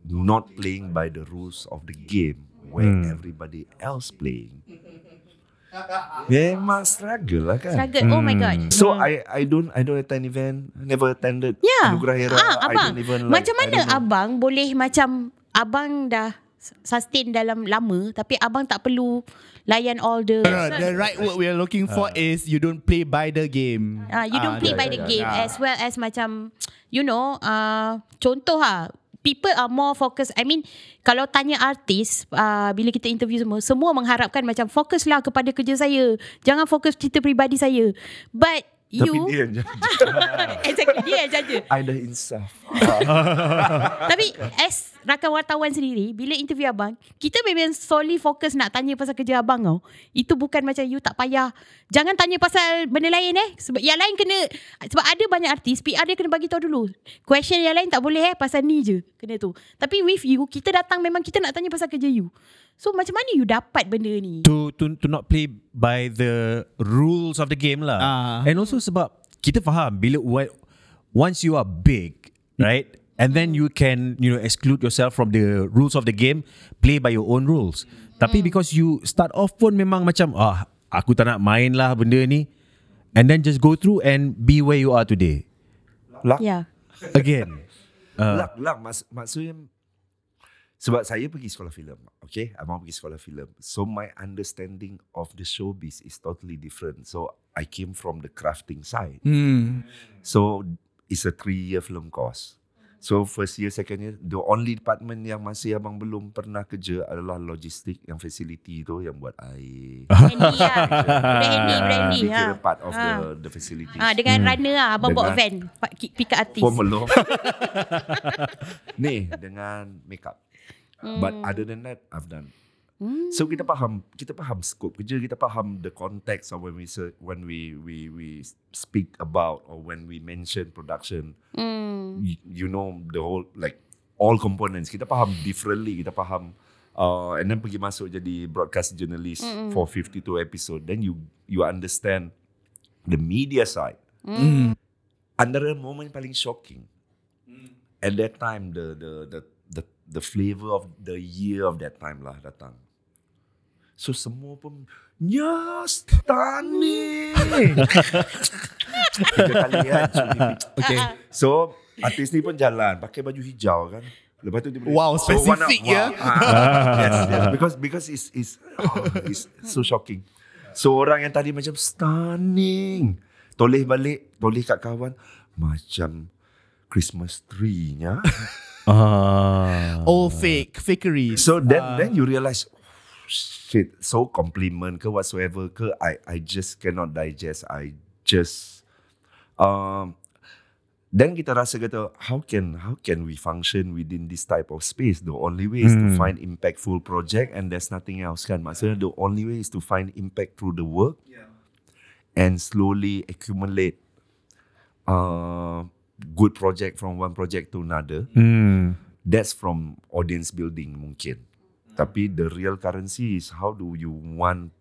not playing by the rules of the game where everybody else playing, memang struggle lah kan.
Struggle. Oh my god.
So I I don't I don't attend event. Never attended.
Ya.
Anugerah Era.
Ah,
I
abang.
don't even like,
macam
I
mana
don't know.
abang boleh macam abang dah sustain dalam lama tapi abang tak perlu layan all the
No, no, the right word we are looking for is you don't play by the game.
Ah, you don't
Ah,
play
yeah,
by
yeah,
the
yeah,
game
yeah.
as well as macam you know uh, contoh ha people are more focused I mean kalau tanya artis uh, bila kita interview semua semua mengharapkan macam fokuslah kepada kerja saya jangan fokus cerita peribadi saya but
Tapi
you
dia yang jadi.
exactly dia yang jaga
I dah insaf.
tapi as rakan wartawan sendiri bila interview abang kita memang solely fokus nak tanya pasal kerja abang tau itu bukan macam you tak payah jangan tanya pasal benda lain eh sebab yang lain kena sebab ada banyak artis PR dia kena bagi tahu dulu question yang lain tak boleh eh pasal ni je kena tu tapi with you kita datang memang kita nak tanya pasal kerja you so macam mana you dapat benda ni
to to to not play by the rules of the game lah.
Ah.
And also sebab kita faham bila wa- once you are big, right? And then you can you know exclude yourself from the rules of the game, play by your own rules. Tapi because you start off pun memang macam ah aku tak nak main lah benda ni. And then just go through and be where you are today.
Luck, yeah.
yeah
Again.
luck, luck. Mas, Lah, maksudnya, sebab saya pergi sekolah filem. Okay, abang pergi sekolah filem. So, my understanding of the showbiz is totally different. So, I came from the crafting side.
Hmm.
So, it's a three-year film course. So, first year, second year, the only department yang masih abang belum pernah kerja adalah logistik yang facility tu yang buat air.
Brandy lah Budak Andy Brandy
Dia
ha.
kira part of
Ah.
the, the facilities.
Ha, dengan
Hmm.
runner lah Abang bawa
Dengan-
van pa- ki- Pick up artis
Form alone. Ni dengan makeup. But other than that, I've done. So kita faham, kita faham scope kerja, kita faham the context of when we se- when we we we speak about or when we mention production. You, you know the whole like all components. Kita faham differently, kita faham uh, and then pergi masuk jadi broadcast journalist for 52 episode. Then you you understand the media side. Antara moment paling shocking at that time the the the the the flavor of the year of that time lah datang. So semua pun Nyas Tani Tiga kali kan cuti.
Okay.
So artis ni pun jalan Pakai baju hijau kan Lepas tu dia boleh-
Wow,
So, one
specific,
of-
ya.
wow. Ah, yes, yes, because because it's it's, oh, it's so shocking. So orang yang tadi macam stunning. Toleh balik, toleh kat kawan macam Christmas tree-nya.
Ah.
All Oh, fake, fakery.
So then then you realize oh, shit, so compliment ke whatsoever ke I I just cannot digest. I just um then kita rasa kata how can how can we function within this type of space? The only way is to find impactful project and there's nothing else kan. Maksudnya the only way is to find impact through the work and slowly accumulate uh, good project from one project to another.
Hmm.
That's from audience building mungkin. Tapi the real currency is how do you want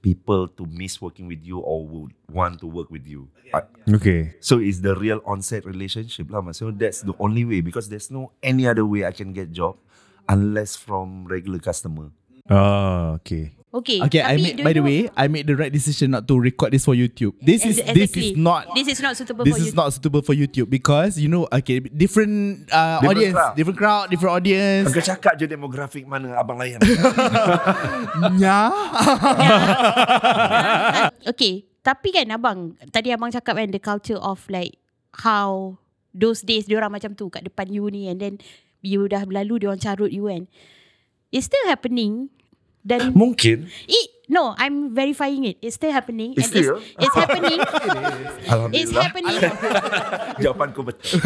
people to miss working with you or would want to work with you. Uh,
Okay.
So it's the real onset relationship lah. So that's the only way because there's no any other way I can get job unless from regular customer.
Ah, okay.
Okay
Okay, I
tapi
made by the
dulu-
way, I made the right decision not to record this for YouTube. This is
Ex-
this is
exactly.
not
This is not suitable
this
for
is
you.
not suitable for YouTube because you know, okay, different uh,
Different
audience,
crowd.
different crowd, different audience.
Kau cakap je demografik mana abang layan.
yeah.
okay. Tapi kan abang Tadi abang cakap kan The kan culture of like how those days diorang macam tu kat depan you ni and then you dah berlalu diorang carut you kan. It's still happening dan
Mungkin
it no I'm verifying it. It's still happening
It's still, ya?
it's, it's happening. it's
Alhamdulillah.
happening.
Jawapan kau betul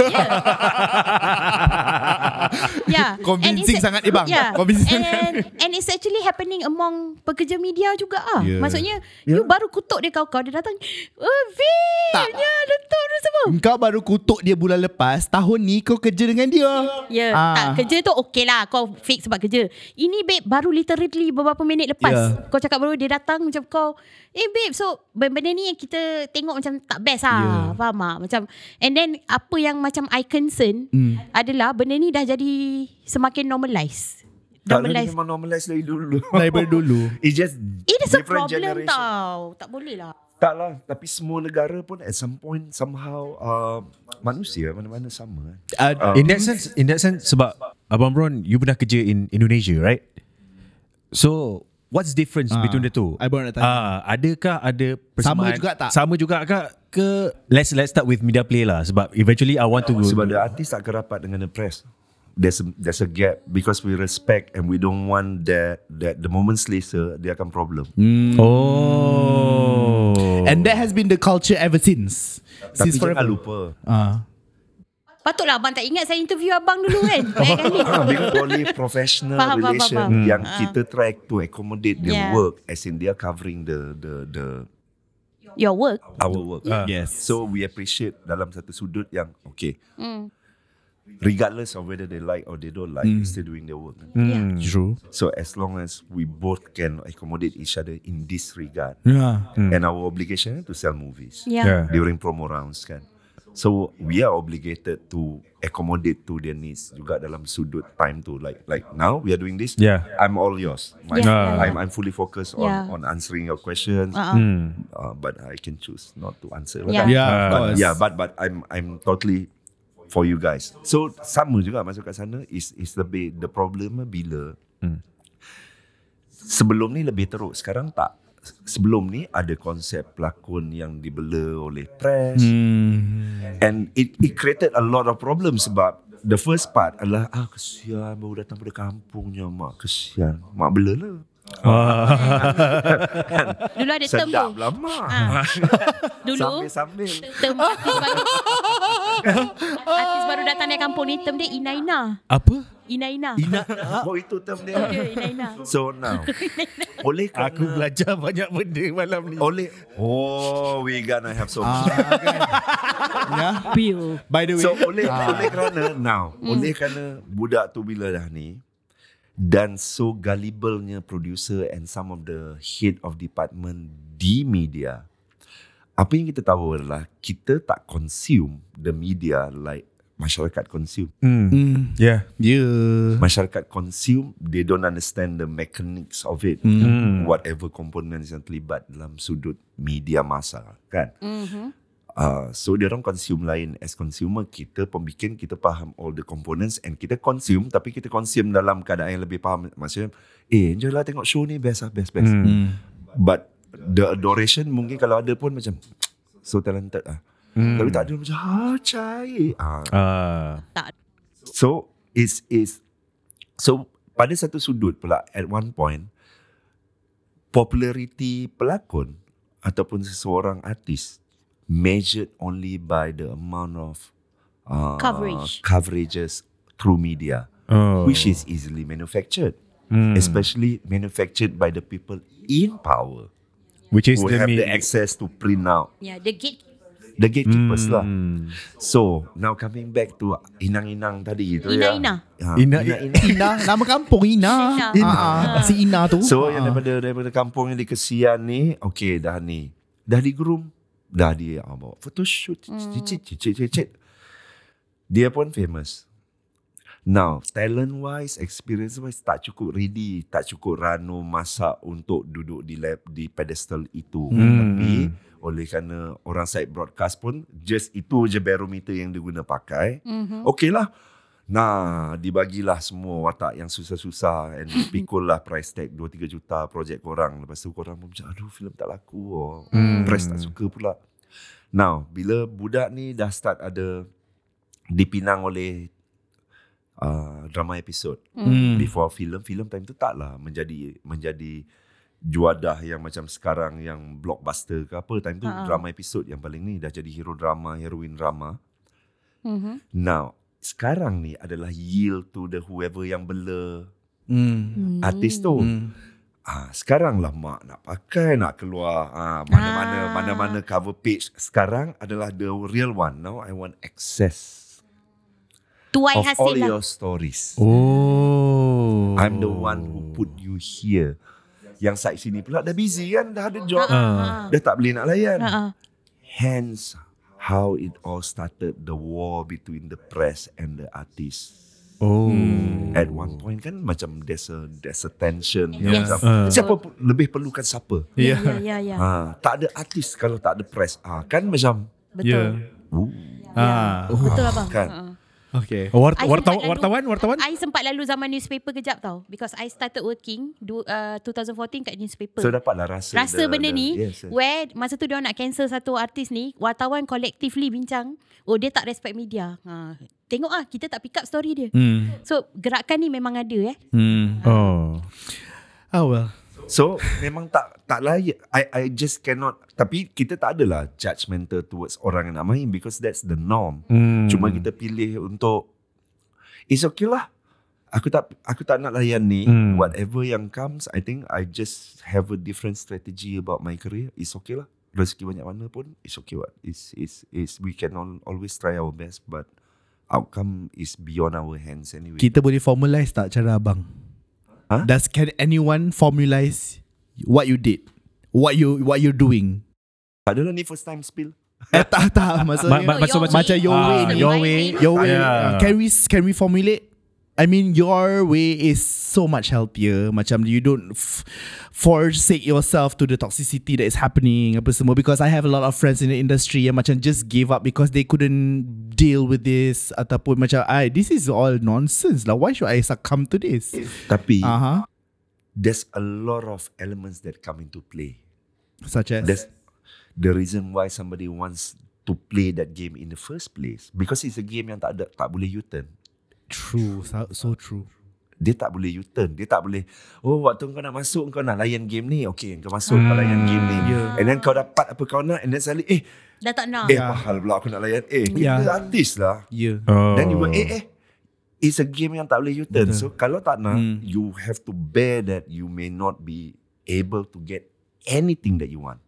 yeah.
Convincing
And it's-
sangat, eh, bang.
Yeah.
Convincing
and,
sangat.
and it's actually happening among pekerja media juga ah.
Yeah.
Yeah. Maksudnya yeah. you baru kutuk dia kau-kau dia datang, "Oh, Vin,
Tak.
ya, letup tu semua."
Kau baru kutuk dia bulan lepas Tahun ni kau kerja dengan dia
Ya, yeah,
Ah.
tak kerja tu okey lah kau fake sebab kerja. Ini babe baru literally beberapa minit lepas
Yeah.
yeah. kau cakap baru dia datang macam kau, "Eh babe, so benda ni yang kita tengok macam tak best ah." Yeah. Faham tak? Macam and then apa yang macam I concern
Hmm.
mm. adalah benda ni dah jadi semakin normalize.
Tak dia
Normalize.
memang normalize dari dulu
Daripada dulu
It's just
It is a Eh,
different
problem generation.
generation.
tau. Tak boleh lah.
Tak lah Tapi semua negara pun At some point Somehow uh, Manusia mana-mana sama kan?
uh,
Um,
In that sense, in that sense, sebab Abang Bron, you pernah kerja in Indonesia, right? So, what's difference
Ah,
between the two?
I baru nak tanya.
Ah, adakah ada persamaan?
juga tak?
Sama juga kah? Ke let's let's start with media play lah sebab eventually I want to go.
Sebab the artist tak kerapat dengan the press There's a, there's a gap Because we respect And we don't want that That the moments later Dia akan problem
oh.
And that has been the culture ever since
Tapi
Since
jangan
forever
lupa
Ah,
Patutlah abang tak ingat saya interview abang dulu kan. Banyak kali.
Ah, Because only professional
Faham, faham,
relation
faham.
yang kita try to accommodate their
Yeah.
work as in they are covering the the the
Your work.
our work.
yes.
So we appreciate dalam satu sudut yang okay.
Hmm.
Regardless of whether they like or they don't like, they're still doing their work. kan?
Hmm.
Mm.
True
So as long as we both can accommodate each other in this regard,
Yeah
and our obligation to sell movies
Yeah. yeah.
during promo rounds kan. So we are obligated to accommodate to their needs juga dalam sudut time tu like like now we are doing this.
Yeah.
I'm all yours. My,
Yeah, yeah,
I'm I'm fully focused on
Yeah.
on answering your questions.
Uh-uh.
Uh, but I can choose not to answer.
Yeah
Yeah.
of
But,
course
yeah, but but I'm I'm totally for you guys. So sama juga masuk kat sana is is lebih the problem bila
Hmm.
sebelum ni lebih teruk sekarang tak. Sebelum ni ada konsep pelakon yang dibela oleh press
Hmm.
and it it created a lot of problems sebab the first part adalah ah kesian baru datang pada kampungnya mak kesian mak bela lah.
Dulu ada term tu.
Sedap lah mak.
Ah. Dulu
Sambil-sambil.
term artis baru artis baru datang dari kampung ni term dia Ina Ina.
Apa?
Ina Ina.
Oh itu term
Dia
dia.
Ina Ina.
So now Oleh kerana
Aku belajar banyak benda malam ni.
Oleh Oh we gonna have so much
Yeah Ah,
Bill.
Ya? By the way Ah.
So oleh oleh kerana Now Oleh kerana Budak tu bila dah ni Dan so gullible-nya Producer and some of the Head of department Di media Apa yang kita tahu adalah Kita tak consume The media like Masyarakat consume
Mm,
Yeah.
Yeah
masyarakat consume they don't understand the mechanics of it whatever components yang terlibat dalam sudut media masa kan
Mhm.
uh, so dia orang consume lain as consumer kita pembikin kita faham all the components and kita consume tapi kita consume dalam keadaan yang lebih faham maksudnya eh je lah tengok show ni best lah best best but the adoration mungkin kalau ada pun macam so talented ah tapi tak ada macam ah cair ah
Ah.
Tak.
So is is so pada satu sudut pula at one point popularity pelakon ataupun seseorang artis measured only by the amount of uh,
Coverage.
coverages through media
Oh. Hmm.
which is easily manufactured especially manufactured by the people in power
Which is
who
the
have
me-
the access to print out
Ya, yeah, the gate.
the gatekeepers lah
Hmm.
so now coming back to inang-inang tadi tu ya
Ina-ina.
Ah,
Ina-
ina-ina
Ina Nama kampung Ina
Ina.
Ah, ah, Si Ina tu
So
Ah,
yang daripada daripada kampung yang di Kesian ni, okey dah ni. Dah di groom, dah dia ah, bawa photoshoot, cicit cicit cicit. Dia pun famous. Now, talent wise, experience wise tak cukup ready, tak cukup Rano masak untuk duduk di lab di pedestal itu. Tapi oleh kerana orang side broadcast pun just itu je barometer yang diguna pakai. Mm-hmm. Okeylah. Nah, dibagilah semua watak yang susah-susah and pikul lah price tag 2-3 juta projek korang. Lepas tu korang pun macam, aduh filem tak laku. Oh. Mm. Press tak suka pula. Now, bila budak ni dah start ada dipinang oleh uh, drama episod
Hmm.
Hmm.
mm. before film, film time tu taklah menjadi menjadi juadah yang macam sekarang yang blockbuster ke apa. Time tu
Ha.
uh-huh. drama episod yang paling ni dah jadi hero drama, heroin drama.
Mm-hmm.
Now, sekarang ni adalah yield to the whoever yang bela
Hmm.
mm. artis tu.
Hmm.
Ah, sekarang lah mak nak pakai nak keluar ah,
Ah.
mana-mana mana-mana cover page sekarang adalah the real one. Now I want access
Tuai
of all
hasil lah.
your stories.
Oh.
I'm the one who put you here. Yang side sini pula dah busy kan, dah ada
Ha,
job,
Ah.
dah tak boleh nak layan.
Uh-uh.
Hence how it all started the war between the press and the artists.
Oh.
At one point kan macam there's a there's a tension
Yes.
yang macam
Ah.
siapa pu- lebih perlukan siapa.
Ya, ya, ya, ya.
Ha, tak ada artis kalau tak ada press. Ha, kan macam
Betul.
ooh,
Ah.
Yeah. Betul abang.
kan.
Uh-uh.
Okay.
War,
I
warta,
sempat lalu-
wartawan, wartawan?
I sempat lalu zaman newspaper kejap tau because I started working du, uh, 2014 kat newspaper.
So dapatlah rasa
Rasa
the-
benda
the-
ni
yes, yes.
Where Masa tu dia nak cancel Satu artis ni Wartawan collectively bincang Oh dia tak respect media ha, Tengok ah Kita tak pick up story dia
Hmm.
So gerakan ni memang ada eh
Hmm.
Oh.
Oh well.
So memang tak tak layak. I I just cannot. Tapi kita tak adalah judgemental towards orang yang nak main because that's the norm.
Hmm.
Cuma kita pilih untuk it's okay lah. Aku tak aku tak nak layan ni.
Hmm.
Whatever yang comes, I think I just have a different strategy about my career. It's okay lah. Rezeki banyak mana pun, it's okay what. It's it's it's we can all, always try our best, but outcome is beyond our hands anyway.
Kita boleh formalize tak cara abang?
Ha?
Does can anyone formalize what you did? What you what you're doing?
tak adalah ni first time spill.
eh, tak tak maksudnya
Ma- ma- maksud
your
macam-
macam
way.
your
Ah,
way ni.
your
your
way.
way.
your way.
Yeah.
Can we can we formulate? I mean your way is so much healthier. Macam you don't f- forsake yourself to the toxicity that is happening apa semua. Because I have a lot of friends in the industry yang macam just gave up because they couldn't deal with this ataupun macam I this is all nonsense lah. Why should I succumb to this?
Tapi
Ah,
Aha. Uh-huh.
there's a lot of elements that come into play.
Such as
That's the reason why somebody wants to play that game in the first place because it's a game yang tak ada tak boleh U-turn.
true, so, so true.
Dia tak boleh U-turn. Dia tak boleh oh waktu kau nak masuk kau nak layan game ni. Okay kau masuk kau layan game ni. Yeah. And then kau dapat apa kau nak and then suddenly eh
Dah tak nak
eh mahal pula aku nak layan. Eh
Yeah.
yeah. kita artis lah.
Yeah.
Oh.
Then you were eh eh It's a game yang tak boleh U-turn. So kalau tak nak,
Hmm.
you have to bear that you may not be able to get anything that you want.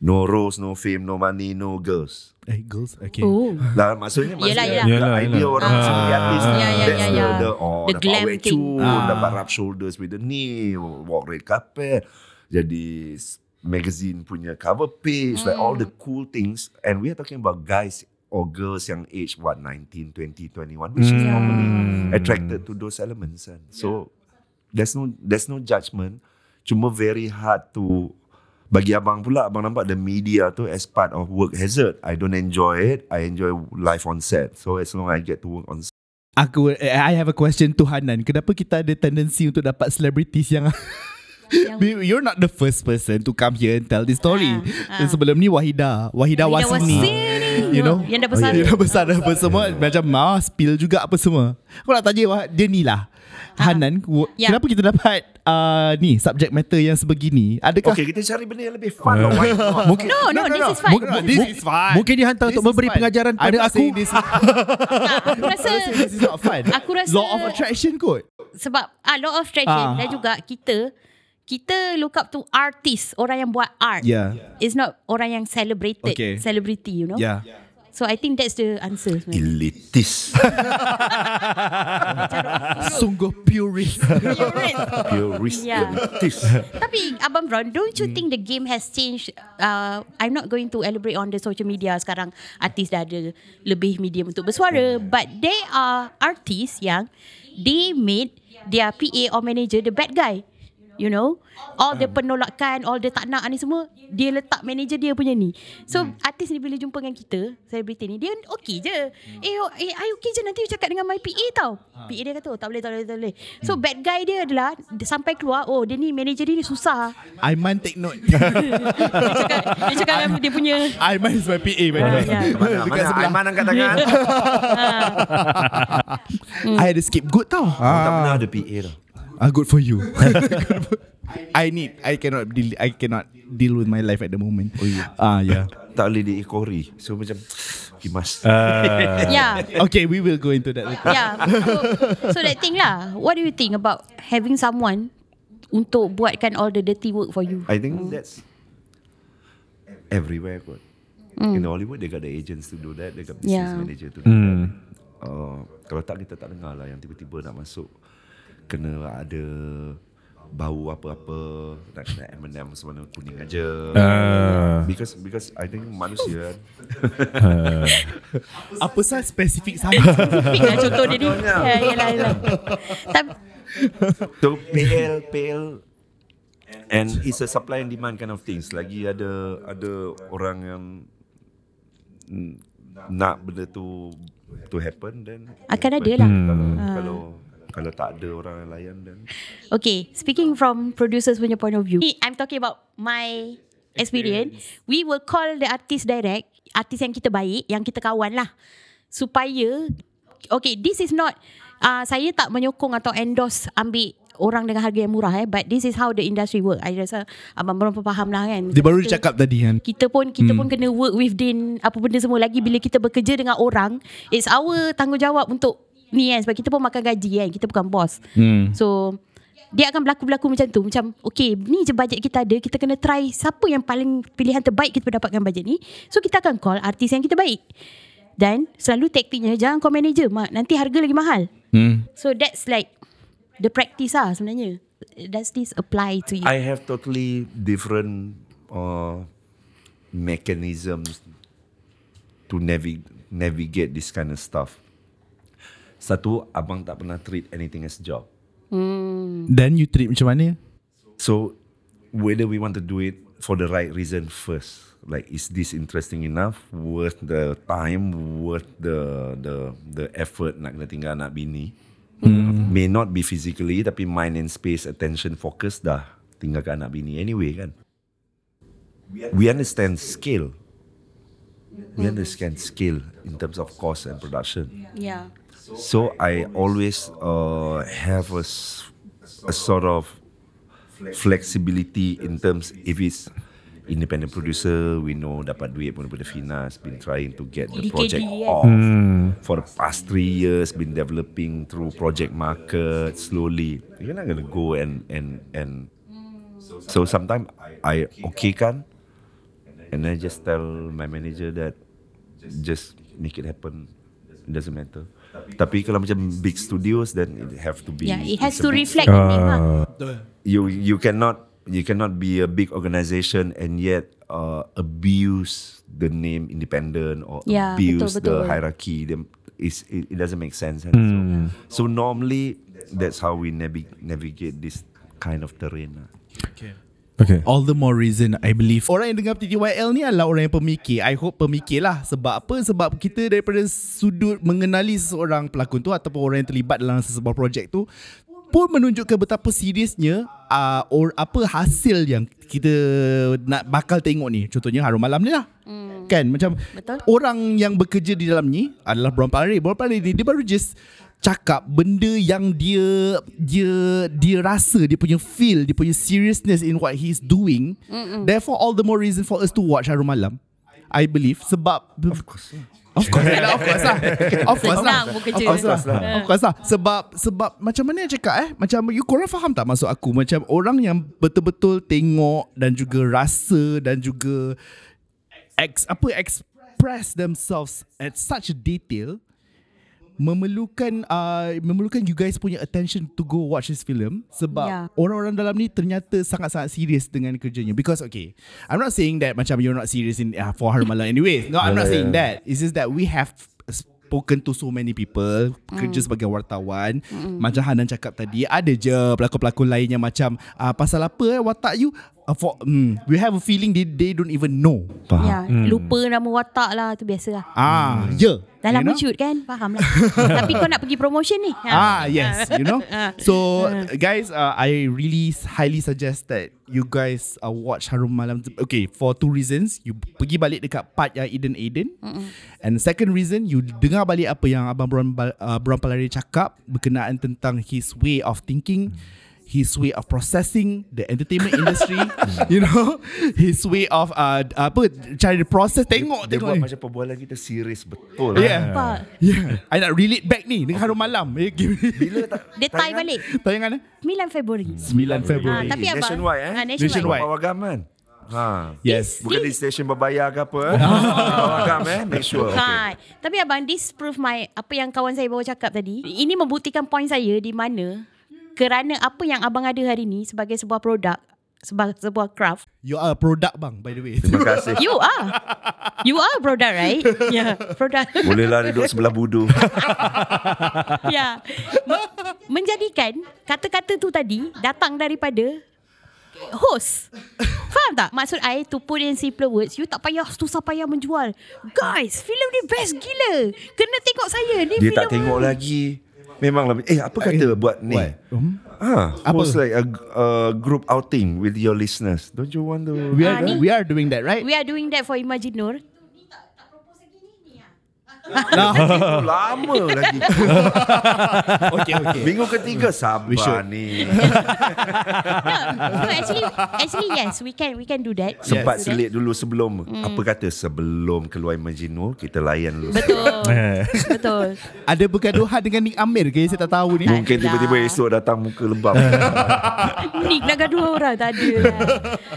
No rose, no fame, no money, no girls.
Eh, girls. Okay.
Oh
Lah maksudnya
Yelah,
maksudnya
yelah.
Yelah,
the idea
yelah.
orang
Ah.
sebagai artis
Ya, ya,
that's
ya, ya.
the, the, oh,
The
dapat
glam
wear
thing.
cup,
Ah.
dapat rub shoulders with the knee, walk red carpet, jadi s- magazine punya cover page, like all the
Hmm.
cool things. And we are talking about guys or girls yang age what 19, 20, 21, which
Hmm.
is normally attracted to those elements. Kan? So there's no there's no judgment. Cuma very hard to bagi abang pula abang nampak the media tu as part of work hazard. I don't enjoy it. I enjoy life on set. So as long I get to work on set.
Aku eh, I have a question to Hanan. Kenapa kita ada tendency untuk dapat celebrities yang You're not the first person to come here and tell this story.
Ah, ah.
Dan Sebelum ni Wahida, Wahida,
Wahida
Wasini.
Wasini.
You know? Oh,
Yang dah besar.
Yang dah besar dah apa semua macam ah, spill juga apa semua. Aku nak tanya Wah- dia ni lah. Hanan, w-
Ya.
kenapa kita dapat uh, ni subject matter yang sebegini? Adakah
Okay, kita cari benda yang lebih fun. lah. Why not?
mungkin
No, no, this is fine.
Mungkin, this is fine.
Mungkin dia hantar
This
untuk
is
memberi
fine.
pengajaran
I'm
pada
not
aku.
saying This, I'm
Ah, Aku rasa
not saying this is not fun.
Aku rasa-
law of attraction kot.
Sebab ah, Law of attraction
Ah.
Dan juga kita Kita look up to artist Orang yang buat art
Yeah.
It's not orang yang celebrated
Okay.
Celebrity you know
Yeah.
So I think that's the answer sebenarnya.
Elitis.
Sungguh purist.
You're right.
Purist.
Yeah.
Elitis.
Tapi Abang Brown Don't
Hmm.
you think the game has changed uh, I'm not going to elaborate On the social media sekarang Artis dah ada Lebih medium untuk bersuara But there are Artists yang They made Their PA or manager The bad guy you know all the penolakan all the tak nak ni semua dia letak manager dia punya ni so artis ni bila jumpa dengan kita selebriti ni dia okey je eh, oh, eh I okey je nanti you cakap dengan my PA tau PA dia kata oh tak boleh tak boleh tak boleh so bad guy dia adalah dia sampai keluar oh dia ni manager dia ni susah
Aiman take note
dia cakap dia cakap dengan dia punya
Aiman is my PA by the way
Ya.
Mana,
Dekat
mana
sebelah
Aiman angkat tangan.
I had a scapegoat tau
Aku tak
ah,
pernah ada PA dah.
ah, Good for you I need I cannot deal I cannot deal with my life at the moment oh, yeah. Ah yeah
Ya. Tak boleh diekori. So macam kimas.
ya
Okay we will go into that later
yeah. So, so that thing lah. What do you think about having someone untuk buatkan all the dirty work for you?
I think that's everywhere kot. In Hollywood, they got the agents to do that. They got business
Yeah.
manager to do that. Uh, kalau tak, kita tak dengar lah yang tiba-tiba nak masuk. Kena ada bau apa-apa. Nak kena M&M semua kuning aja.
Ah.
Because because I think manusia
Apa sah spesifik sangat
Pick lah contoh dia ni. Ya, yelah, yelah. Tapi,
So PL, PL and it's a supply and demand kind of things. Lagi ada ada orang yang mm, nak benda tu to happen then
Akan ada lah.
Kalau, kalau kalau tak ada orang yang layan then
okay, speaking from producers punya point of view, I'm talking about my experience. We will call the artist direct, artis yang kita baik, yang kita kawan lah. Supaya, okay, this is not, uh, saya tak menyokong atau endorse ambil orang dengan harga yang murah eh but this is how the industry work I rasa abang Bron pun faham lah kan
Dia baru
Kita-
cakap tadi kan
kita pun kita pun kena work within apa benda semua lagi bila kita bekerja dengan orang it's our tanggungjawab untuk ni kan sebab kita pun makan gaji kan kita bukan bos hmm. so dia akan berlaku-berlaku macam tu macam okay ni je bajet kita ada kita kena try siapa yang paling pilihan terbaik kita dapatkan bajet ni so kita akan call artis yang kita baik dan selalu taktiknya jangan call manager mak nanti harga lagi mahal
hmm.
so that's like the practice lah sebenarnya does this apply to you
I have totally different uh, mechanisms to navig- navigate this kind of stuff. Satu, abang tak pernah treat anything as job.
Then you treat macam mana
So whether we want to do it for the right reason first. Like is this interesting enough? Worth the time, worth the the the effort nak kena tinggal anak bini. May not be physically tapi mind and space, attention, focus dah tinggal ke anak bini anyway kan. We understand scale. We understand scale in terms of cost and production.
yeah
So I always uh, have a, s- a sort of flexibility in terms if it's independent producer, we know dapat duit pun daripada Fina has been trying to get the
DKD,
project
kan?
off for the past three years, been developing through project market slowly. You're not gonna go and and and so sometimes I okay kan and then I just tell my manager that just make it happen. It doesn't matter. Tapi kalau macam big studios then it have to be
yeah it has
it's a
to
big-
reflect on them lah
You you cannot you cannot be a big organization and yet uh, abuse the name independent or
Yeah, betul,
abuse
betul.
the hierarchy. Then it's, it, it doesn't make sense. And so, so normally that's how we navig- navigate this kind of terrain. lah.
Okay.
All the more reason I believe Orang yang dengar TTYL ni adalah orang yang pemikir I hope pemikir lah Sebab apa? Sebab kita daripada sudut mengenali seseorang pelakon tu Ataupun orang yang terlibat dalam sesebuah projek tu Pun menunjukkan betapa seriusnya uh, Or apa hasil yang kita nak bakal tengok ni Contohnya Harum Malam ni lah Kan macam
Betul.
orang yang bekerja di dalam ni adalah Brown Parade. Brown Parade dia, dia baru just cakap benda yang dia dia dia rasa dia punya feel dia punya seriousness in what he's doing Mm-mm. therefore all the more reason for us to watch Harum Malam I believe sebab of course of course lah of course lah of course lah
Senang bekerja.
of course lah of course lah sebab sebab macam mana nak cakap eh macam you korang faham tak maksud aku macam orang yang betul-betul tengok dan juga rasa dan juga ex, apa express themselves at such a detail memerlukan uh, memerlukan you guys punya attention to go watch this film sebab
Yeah.
orang-orang dalam ni ternyata sangat-sangat serius dengan kerjanya because okay I'm not saying that macam you're not serious in uh, for Harmala anyway no I'm not saying that it's just that we have s- spoken to so many people kerja sebagai wartawan macam Hanan cakap tadi ada je pelakon-pelakon lain yang macam ah, pasal apa eh, watak you Ah, for, mm, we have a feeling they, they don't even know
Faham?
Ya, lupa nama watak lah tu biasa lah.
ah
Hmm.
yeah
Dah lama
you know?
shoot kan Faham lah Tapi kau nak pergi promotion ni
Ah yes, you know.
Ah.
So guys, uh, I really highly suggest that you guys uh, watch Harum Malam. tu- Okay, for two reasons. You pergi balik dekat part yang Eden Eden. And second reason, you dengar balik apa yang Abang Bron Bal- uh, Bron Palari cakap berkenaan tentang his way of
Hmm.
thinking. His way of processing the entertainment industry, you know, his way of uh, apa cara proses tengok
Dia
Oh, tengok
buat
ni. Ya.
macam perbualan kita serius betul. Eh,
Yeah.
Nampak?
Yeah. I nak relate back ni dengan Harum Malam. Eh, give me.
Bila tak
Dia tie balik
Tayangan eh?
9 Februari
9
Ah,
Februari.
tapi abang
Nationwide,
Ah,
eh?
nationwide.
Nationwide. Right.
Pawagaman. Ha.
Yes.
Bukan di stesen berbayar ke apa. eh?
Ah.
Pawagam eh. Make sure. Okay.
Bukan. Tapi abang this prove my apa yang kawan saya bawa cakap tadi. Ini membuktikan point saya di mana kerana apa yang abang ada hari ni sebagai sebuah produk sebagai sebuah craft.
You are a product bang by the way.
Terima kasih.
You are. You are a product right? Yeah, product.
Bolehlah lah duduk sebelah budu.
ya. Me- menjadikan kata-kata tu tadi datang daripada host. Faham tak? Maksud I to put in simpler words, you tak payah susah payah menjual. Guys, filem ni best gila. Kena tengok saya. Ni
Dia
filem
tak tengok lagi. Memanglah. Eh, apa kata buat ni?
what?
Ah,
Apa?
apa? Host like a, a group outing with your listeners. Don't you want to?
We are
Ah, ni-
we are doing that right?
We are doing that for Imaginur.
Oh, lama lagi.
okay okay.
Minggu ketiga
We
sabar
should.
Ya.
ni.
No, actually, actually yes, we can we can do that.
Sempat
Yes.
selit dulu sebelum.
Hmm.
Apa kata sebelum keluar Imagino, kita layan dulu.
Betul. Betul.
Ada bergaduhan dengan Nick Amir ke? Saya tak tahu ni.
Mungkin
Taklah.
tiba-tiba esok datang muka lebam.
Nick nak gaduh orang tak ada lah.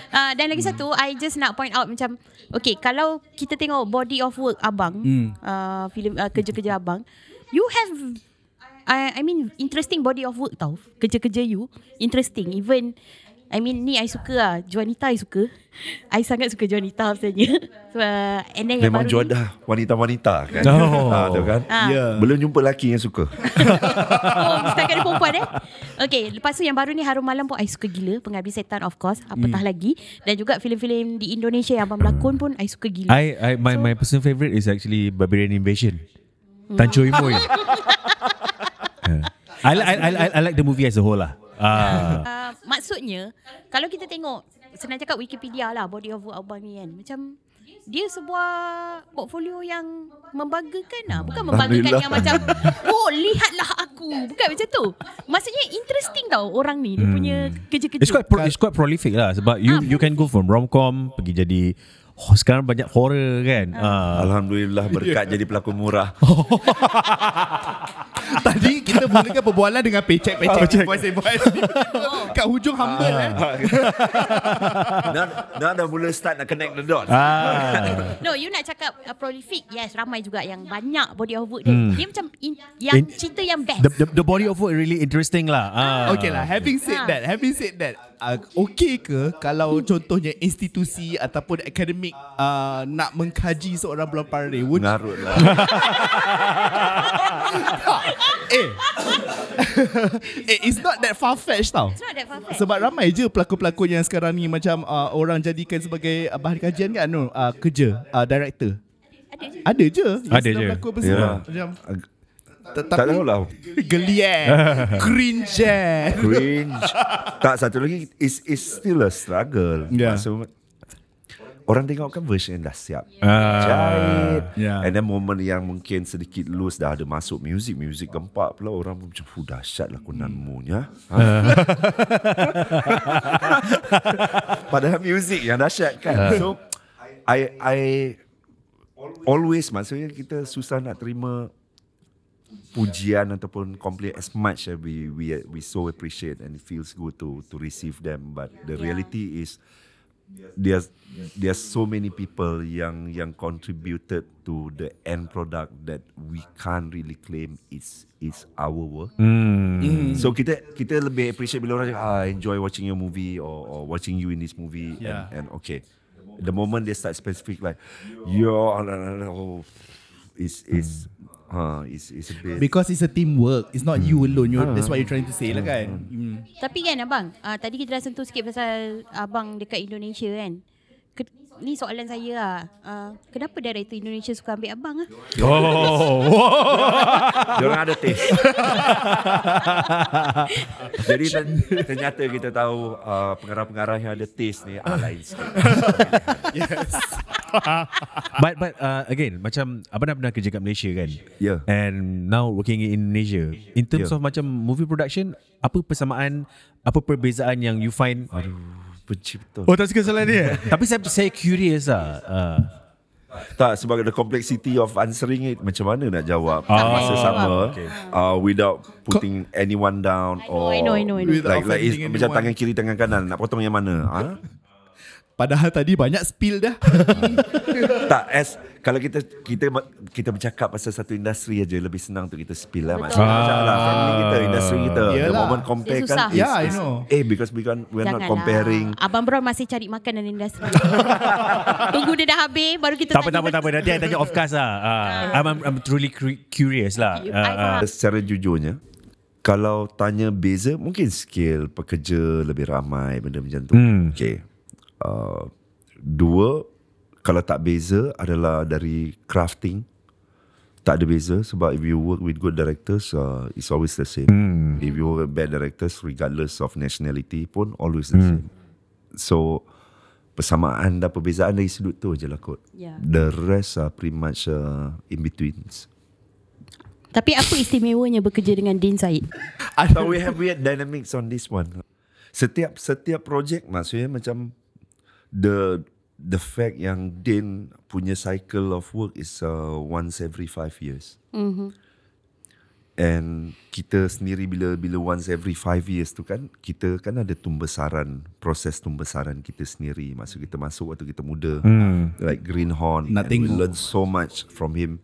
uh, Dan lagi satu I just nak point out macam Okay kalau kita tengok body of work abang uh, filem uh, Kerja-kerja abang You have I, I mean interesting body of work tau Kerja-kerja you Interesting even I mean ni I suka lah Juanita I suka I sangat suka Juanita sebenarnya so, uh, And then yang baru
Memang
ni- Ya.
juadah wanita-wanita kan.
Oh.
Ha, tu kan.
Ah.
Yeah.
Belum jumpa lelaki yang suka.
Oh, setakat ada perempuan eh. Okay, lepas tu yang baru ni Harum Malam pun I suka gila. Pengabdi Setan of course. Apatah
Hmm.
lagi. Dan juga filem-filem di Indonesia yang abang berlakon pun I suka gila.
I, I my my personal favorite is actually Barbarian Invasion. Tan Choi Moi. Yeah. I, li- I, I, I, I like the movie as a whole lah. Ah,
Uh, maksudnya, kalau kita tengok, senang cakap Wikipedia lah, body of work abang ni kan. Macam, dia sebuah portfolio yang membanggakan lah. Bukan membanggakan yang macam, oh lihatlah aku. Bukan macam tu. Maksudnya interesting tau orang ni. Dia punya kerja-kerja.
Hmm. it's quite pro, it's quite prolific lah sebab you you can go from rom-com pergi jadi oh, sekarang banyak horror kan. Ah.
Alhamdulillah
Ya.
berkat jadi pelakon murah.
Oh.
Tadi kita mulakan perbualan dengan pecek
Ah,
pecek invoice invoice. Kat hujung humble eh.
Nah, nah dah mula start nak connect the dots.
Ah.
No, you nak cakap uh, prolific. Yes, ramai juga yang banyak body of work dia. Dia macam in, yang
Hmm. In-
cerita yang best.
The, the, the body of work really interesting lah. Ah.
Okay lah Having said
Ah.
that Having said that uh, Okay ke Kalau contohnya Institusi Ataupun akademik uh, Nak mengkaji Seorang bulan parade would,
Mengarut lah.
eh. eh It's not that far-fetched tau
It's not that far-fetched.
Sebab ramai je pelakon-pelakon yang sekarang ni macam uh, orang jadikan sebagai uh, bahan kajian kan no, uh, kerja uh, director.
Ada je.
Ada je. yang
Ada
sedang
je.
Pelakon apa
Ya.
semua. Macam
Tak lah.
tetapi
tahulah.
geli eh. Cringe eh.
Cringe. tak satu lagi is is still a struggle.
Yeah.
Ya.
Maksud, orang tengok kan version dah siap.
Ah.
Jahit.
Ya.
Yeah.
And then moment yang mungkin sedikit loose dah ada masuk music, music gempak pula orang pun macam fuh dahsyat lah kunanmu ya. Ha? Padahal music yang dahsyat kan. So I I always maksudnya kita susah nak terima pujian ataupun complain as much as we we we so appreciate and it feels good to to receive them but the reality is there's there's so many people yang yang contributed to the end product that we can't really claim it's it's our work. Mm. So kita kita lebih appreciate bila orang cakap ah, I enjoy watching your movie or, or watching you in this movie
Yeah.
and and okay. The moment they start specific like yo oh, it's it's uh, it's, it's a bit
Because it's a teamwork. It's not you alone. You're, That's what you're trying to say lah kan. Mm.
Hmm.
Tapi kan abang, uh, tadi kita dah sentuh sikit pasal abang dekat Indonesia kan. Ke, ni soalan saya lah. Uh, kenapa director Indonesia suka ambil abang ah?
Oh.
Diorang ada taste Jadi ten- ternyata kita tahu uh, Pengarah-pengarah yang ada taste ni ah, Lain sikit
But but uh, again Macam Abang dah pernah kerja kat Malaysia kan
Yeah.
And now working in Indonesia In terms
Yeah.
of macam Movie production Apa persamaan Apa perbezaan yang you find
Aduh Benci betul
Oh tak suka soalan dia Tapi saya, saya curious lah uh,
Tak sebab the complexity of answering it Macam mana nak jawab
Ah.
Masa sama
Okay.
uh, Without putting anyone down
I know,
or
I know, I know, I know.
Like, like
Without
it's
offending
macam
anyone.
tangan kiri tangan kanan Nak potong yang mana ha?
Padahal tadi banyak spill dah.
Tak as Kalau kita kita kita bercakap pasal satu industri aja lebih senang tu kita spill lah
Betul.
macam lah family kita industri kita the
Yelah.
moment compare
Dia
kan
susah.
is-
Yeah, I
is-
know.
eh because we can we're not comparing
Abang Bron masih cari makan dalam industri. Tunggu dia dah habis baru kita
Tak apa
tanya
tak apa tak apa Nanti saya tanya of course lah uh, I'm, I'm, I'm truly cur- curious lah
Ah. You-
Ah,
I faham.
ah.
secara jujurnya kalau tanya beza mungkin skill pekerja lebih ramai benda macam tu hmm. okey uh, dua kalau tak beza adalah dari crafting tak ada beza sebab if you work with good directors uh, it's always the same mm. if you work with bad directors regardless of nationality pun always the mm. same so persamaan dan perbezaan dari sudut tu je lah kot
Yeah.
the rest are pretty much uh, in betweens
Tapi apa istimewanya bekerja dengan Din Said?
So we have weird dynamics on this one. Setiap setiap project maksudnya macam the the fact yang Din punya cycle of work is uh, once every five years. Mm-hmm. And kita sendiri bila bila once every five years tu kan kita kan ada tumbesaran proses tumbesaran kita sendiri. Masa kita masuk waktu kita muda, mm. like Greenhorn,
Hmm. Nak
and we
tengok.
learn so much from him.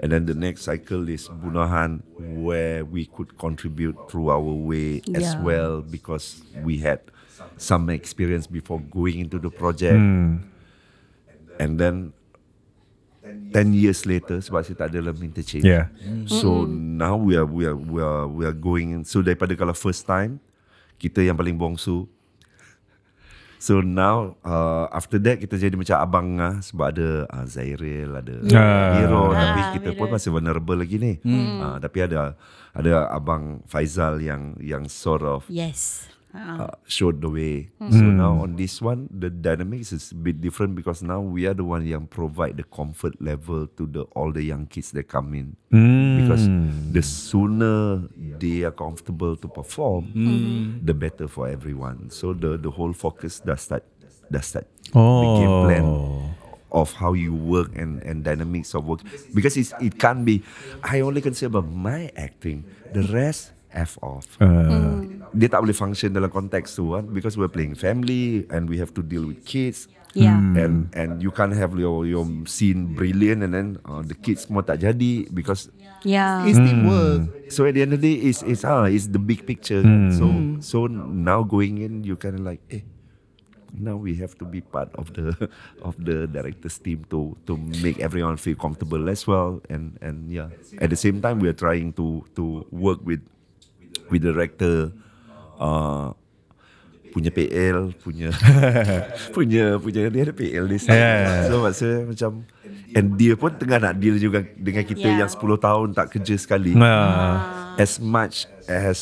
And then the next cycle is Bunahan, where we could contribute through our way as
Yeah.
well because we had some experience before going into the project. And then 10 years later, sebab saya tak ada dalam interchange.
Yeah.
So now we are we are we are we are going. in- So daripada kalau first time, kita yang paling bongsu. So now uh, after that kita jadi macam abang lah sebab ada uh, Zairil, ada
Ah.
Hero tapi
Ah,
kita
Mirul.
pun masih vulnerable lagi ni. Uh, tapi ada ada abang Faizal yang yang sort of
Yes.
Hmm.
Ha.
uh, showed the way. So now on this one, the dynamics is a bit different because now we are the one yang provide the comfort level to the all the young kids that come in. Because the sooner they are comfortable to perform, the better for everyone. So the the whole focus does that does that the game plan of how you work and and dynamics of work because it's, it can't be I only concern about my acting the rest F off Mm. dia tak boleh function dalam konteks tu kan because we're playing family and we have to deal with kids
Yeah.
and and you can't have your your scene brilliant and then uh, the kids semua tak jadi because
Yeah.
It's teamwork.
so at the end of the day is is ah is the big picture so so now going in you kind of like eh now we have to be part of the of the directors team to to make everyone feel comfortable as well and and yeah at the same time we are trying to to work with with the director uh, punya PL punya punya punya dia ada PL ni yeah. so maksudnya macam and dia pun tengah nak deal juga dengan kita
Yeah.
yeah. yang 10 tahun tak kerja sekali
uh,
Ah.
Uh.
as much as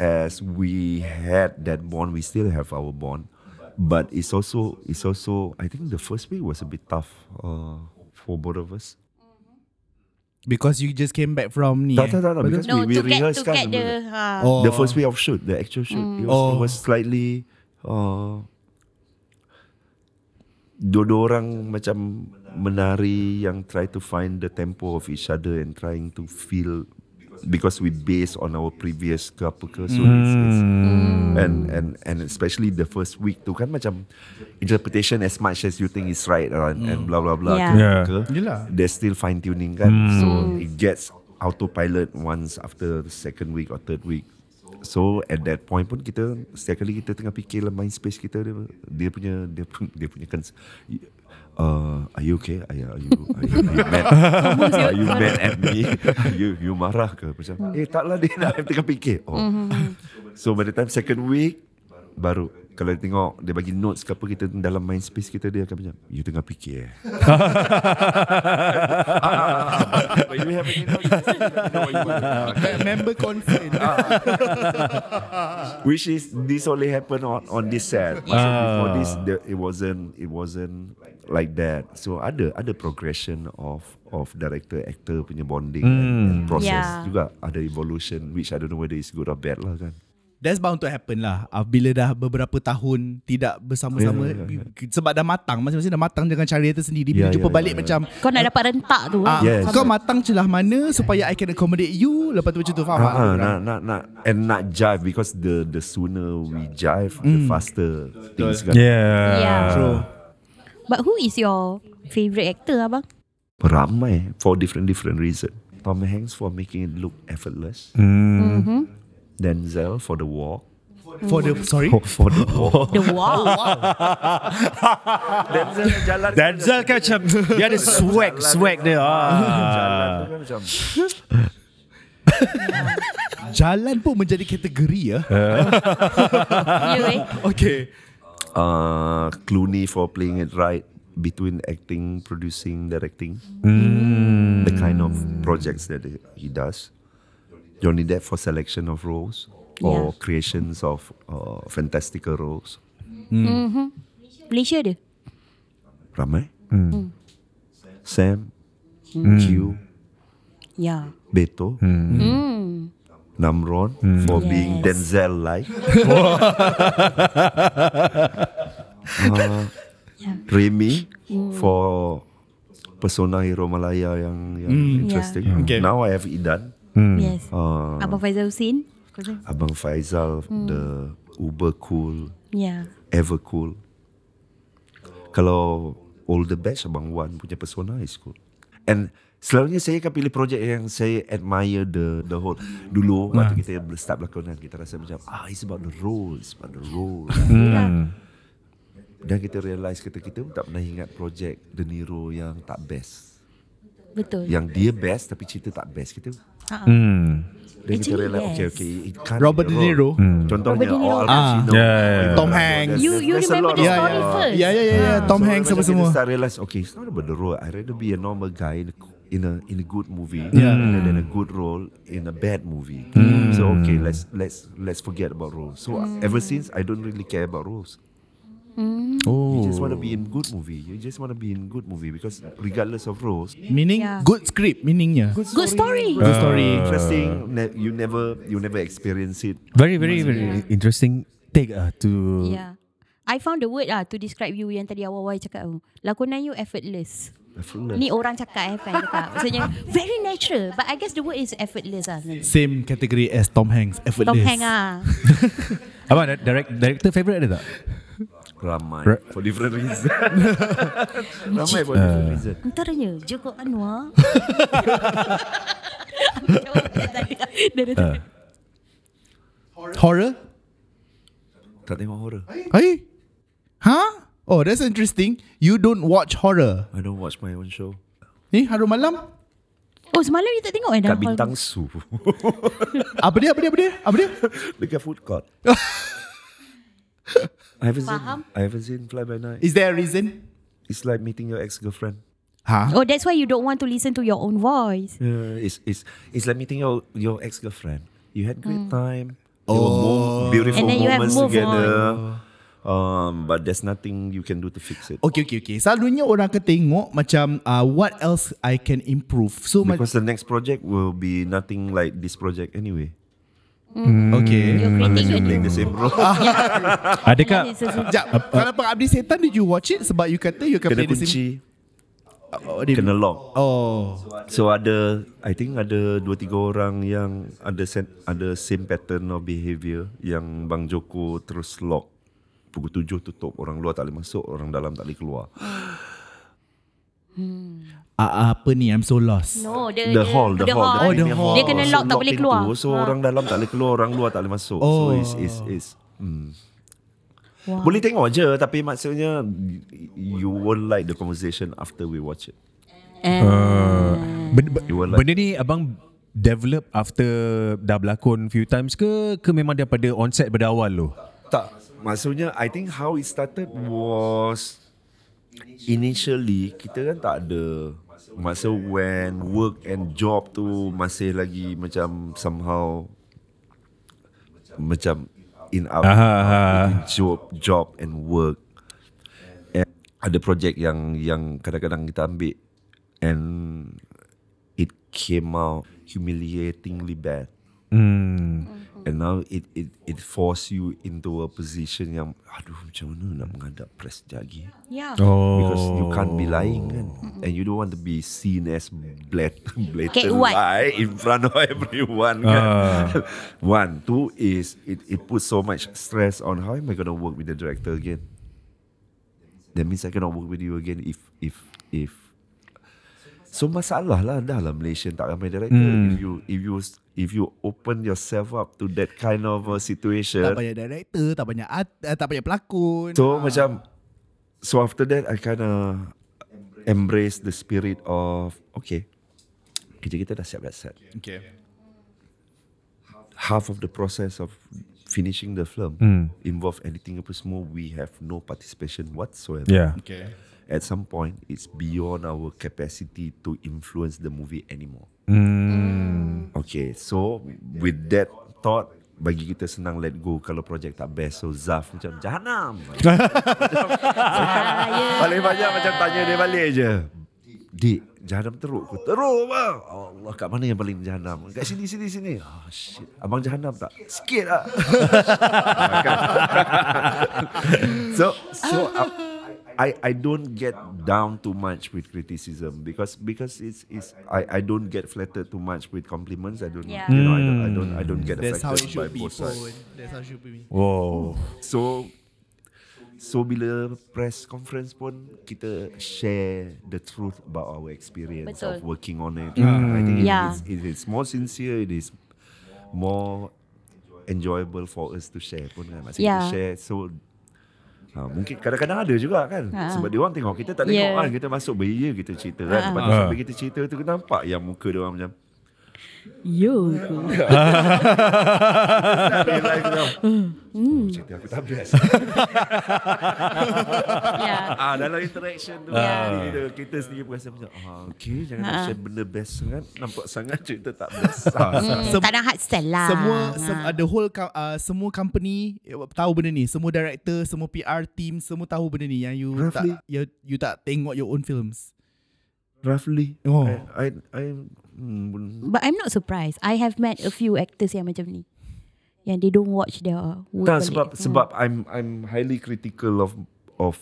as we had that bond, we still have our bond. But it's also it's also I think the first week was a bit tough uh, for both of us.
Because you just came back from ni. eh?
Tak, tak, tak, tak, because
No,
we, we
to get
rehearsed
to get
kan
the ha.
Oh.
the first week of shoot, the actual shoot. It, was, it
Oh.
was slightly uh, dua-dua orang macam menari yang try to find the tempo of each other and trying to feel because we base on our previous ke apa ke so it's, it's,
Mm.
and and and especially the first week tu kan macam interpretation as much as you think is right uh, and,
Mm.
and blah blah blah
Yeah.
ke,
Yeah.
ke
Yelah.
they're still fine tuning kan so it gets autopilot once after the second week or third week So at that point pun kita setiap kali kita tengah fikir lah mind space kita dia, dia punya dia punya dia punya kan uh, are you okay? Are, you- are you are you, are you mad? are you mad at me? Are you you marah ke? Macam eh taklah dia nak tengah fikir. Oh. So by the time second week baru kalau dia tengok dia bagi notes ke apa kita dalam mind space kita dia akan macam you tengah fikir eh. But you have any notes? You know what you want to do.
eh. Member concern.
which is this only happened on on this set. So before this, the, it wasn't it wasn't like that. So ada ada progression of of director actor punya bonding and, and process
Yeah.
juga ada evolution which I don't know whether it's good or bad lah kan.
That's bound to happen lah Ah, Bila dah beberapa tahun Tidak bersama-sama
Yeah, yeah,
Sebab dah matang Masing-masing dah matang Dengan cara dia sendiri Bila
Yeah,
jumpa
yeah,
balik
yeah,
macam
Kau nak dapat rentak tu.
ah,
Yes.
Kau matang celah mana Supaya I can accommodate you Lepas tu macam tu Faham tak?
Ah, nak nak nak and not jive because the the sooner we jive the faster things kan.
Yeah.
Yeah.
True.
Ya. But who is your favourite actor abang?
Ramai for different different reason. Tom Hanks for making it look effortless. Denzel for the walk.
For the Sorry
For the
Oh.
walk.
The Wow.
Denzel jalan.
Ah. Denzel kan macam Dia ada swag Swag dia
Jalan
ah.
tu kan macam
Jalan pun menjadi kategori ya
Eh.
you eh.
Okay
uh, Clooney for playing it right between acting, producing, directing.
Hmm.
The kind of projects that he does. Johnny Depp for selection of roles or
Yeah.
creations of uh, fantastical roles.
Malaysia dia.
Ramai.
Hmm.
Sam, Q,
Yeah.
Beto, Hmm. Namron for being
Yes.
Denzel like.
Yeah.
Ah. Remy for persona hero Malaya yang, yang interesting.
Okay.
Now I have Idan,
Yes.
uh,
Abang Faizal Hussein. Kau tahu?
Abang Faizal, the uber cool,
Yeah.
ever cool. Kalau older batch Abang Wan punya persona is cool. And selalunya saya akan pilih projek yang saya admire the the whole. Dulu nah. waktu kita start lakonan kita rasa macam ah it's about the role, it's about the role.
Hmm.
Ya.
Dan kita realise kita kita pun tak pernah ingat projek De Niro yang tak best.
Betul.
yang dia best tapi cerita tak best kita dan kita
Actually,
realize
yes.
okay okay it can't
Robert De
be
Niro.
Hmm. contohnya
Robert De Niro.
Al Pacino
Ah. Yeah, yeah, yeah.
Tom Hanks.
You- you
There's a
remember
lot
the
of-
Ya
Oh, story
ya
first.
Ya ya ya ya, Tom
Ah, So,
Hanks
macam
apa
kita
semua
start realize okay it's not about the role I rather be a normal guy in a, in a in a good movie
Yeah. Hmm.
rather than a good role in a bad movie so okay let's let's let's forget about roles so ever since I don't really care about roles
Oh.
Oh.
you just want to be in good movie you just want to be in good movie because regardless of roles
Meaning
Yeah.
Good script Meaningnya
Good story.
Good story
Uh, interesting. Ne- you never you never experience it.
Very very very interesting Take ah to
Yeah. Ya. I found the word ah to describe you yang tadi awal-awal cakap tu. Lakonan you effortless. Ni orang cakap eh kan cakap. Maksudnya very natural but I guess the word is effortless ah. sebenarnya.
Same category as Tom Hanks Effortless
Tom Hanks ah.
Abang di- direct, director favourite ada tak?
Ramai
Right.
for different reason. Ramai for
Uh.
different reason.
Antaranya Joko Anwar. Dia dah tak-
Horror
Tak tengok horror.
Hey Huh? Oh that's interesting You don't watch horror
I don't watch my own show.
Ni harum Eh, malam
Oh semalam you tak tengok eh dah?
Kat bintang su
Apa dia apa dia apa dia Apa dia
dekat food court. I haven't
Faham?
seen I haven't seen Fly by Night.
Is there a reason
It's like meeting your ex girlfriend.
Ha?
Oh that's why you don't want to listen to your own voice.
Yeah, it's it's it's like meeting your your ex girlfriend. You had great time. There were
Oh.
mo- beautiful
Mm. And then you have
moments
moved
together. Um, but there's nothing you can do to fix it.
Okay okay okay Selalunya orang akan tengok Macam uh, What else I can improve So macam
Because the next project will be nothing like this project anyway.
Okay Hmm,
You're
Unless you're
creating a
playing
new
the same role.
Ah,
Adakah
Sekejap Kalau pengabdi setan Did you watch it Sebab you kata You can
kena
play the same
kunci,
oh, dia-
kena lock.
oh
So ada, I think ada dua tiga orang yang ada sen, ada same pattern of behaviour yang Bang Joko terus lock. Pukul tujuh tutup, orang luar tak boleh masuk, orang dalam tak boleh keluar.
uh, apa ni I'm so lost.
No, the,
The hall, the, hall,
hall. Oh, the
main
hall.
Dia kena
So,
lock, tak boleh
pintu.
keluar.
So
Ha.
orang dalam tak boleh keluar, orang luar tak boleh masuk. So
Oh.
is is is hmm.
Wow.
Boleh tengok je tapi maksudnya you won't like the conversation after we watch it.
Uh,
Benda,
You were like-
benda ni abang develop after dah berlakon few times ke ke memang daripada onset pada awal tu?
Tak, maksudnya I think how it started was initially kita kan tak ada masa when work and job tu masih lagi macam somehow macam in out
Aha, aha.
between job job and work and ada projek yang yang kadang-kadang kita ambil and it came out humiliatingly bad And now it it it force you into a position yang aduh macam mana nak menghadap press lagi
Yeah.
Oh.
because you can't be lying kan and you don't want to be seen as blat blatant
Get what?
lie in front of everyone kan. One, two is it it puts so much stress on how am I going to work with the director again? That means I cannot work with you again if if if So masalah lah dah lah Malaysian tak ramai director if you if you if you open yourself up to that kind of a situation
Tak banyak director, tak banyak art, uh, tak banyak pelakon.
So macam So after that I kinda Embrace the spirit of Okay Kerja kita dah siap dah set
okay.
Half of the process of Finishing the film Involve anything apa semua We have no participation whatsoever
Yeah.
Okay.
At some point It's beyond our capacity To influence the movie anymore Okay so With that thought Bagi kita senang let go Kalau projek tak best So Zaf macam Jahanam Paling banyak macam tanya dia balik je. Dik, jahanam teruk ke? Teruk bang. Oh, Allah, kat mana yang paling jahanam? Kat sini, sini, sini. Ah, shit. Abang jahanam tak? Sikit lah. Ah, kan? so, so uh, I I don't get down too much with criticism because because it's it's I I don't get flattered too much with compliments. I don't
Yeah.
you know I don't I don't I don't get
That's how it
affected by
should be
both sides.
pun. That's how it should be.
Wow.
So So bila press conference pun kita share the truth about our experience
Betul.
of working on it. I think it-
Yeah.
it's, it is more sincere, it is more enjoyable for us to share pun kan. Maksudnya yeah.
Yeah.
share so Ha, mungkin kadang-kadang ada juga kan
Ha.
Sebab dia orang tengok Kita tak
Yeah.
tengok kan Kita masuk beria kita cerita kan Lepas tu
Ha.
sampai kita cerita tu Nampak yang muka dia orang macam
Yo.
Realise dia orang,
Hmm.
"Oh, Cerita aku tak best
yeah.
Ah dalam interaction tu
Ya.
ah. kita, kita sendiri pun rasa macam ah okey jangan
Ha.
nak share benda best sangat nampak sangat cerita tak best. ah.
Sem-
tak nak hard sell lah.
Semua sem- uh, the whole co- uh, semua company eh, tahu benda ni. Semua director, semua PR team semua tahu benda ni yang you
Roughly.
tak you, you tak tengok your own films.
Roughly.
Oh.
I I, I hmm,
But I'm not surprised. I have met a few actors yang macam ni. Yang they don't watch their work
tak
balik. Hmm.
sebab sebab I'm I'm highly critical of of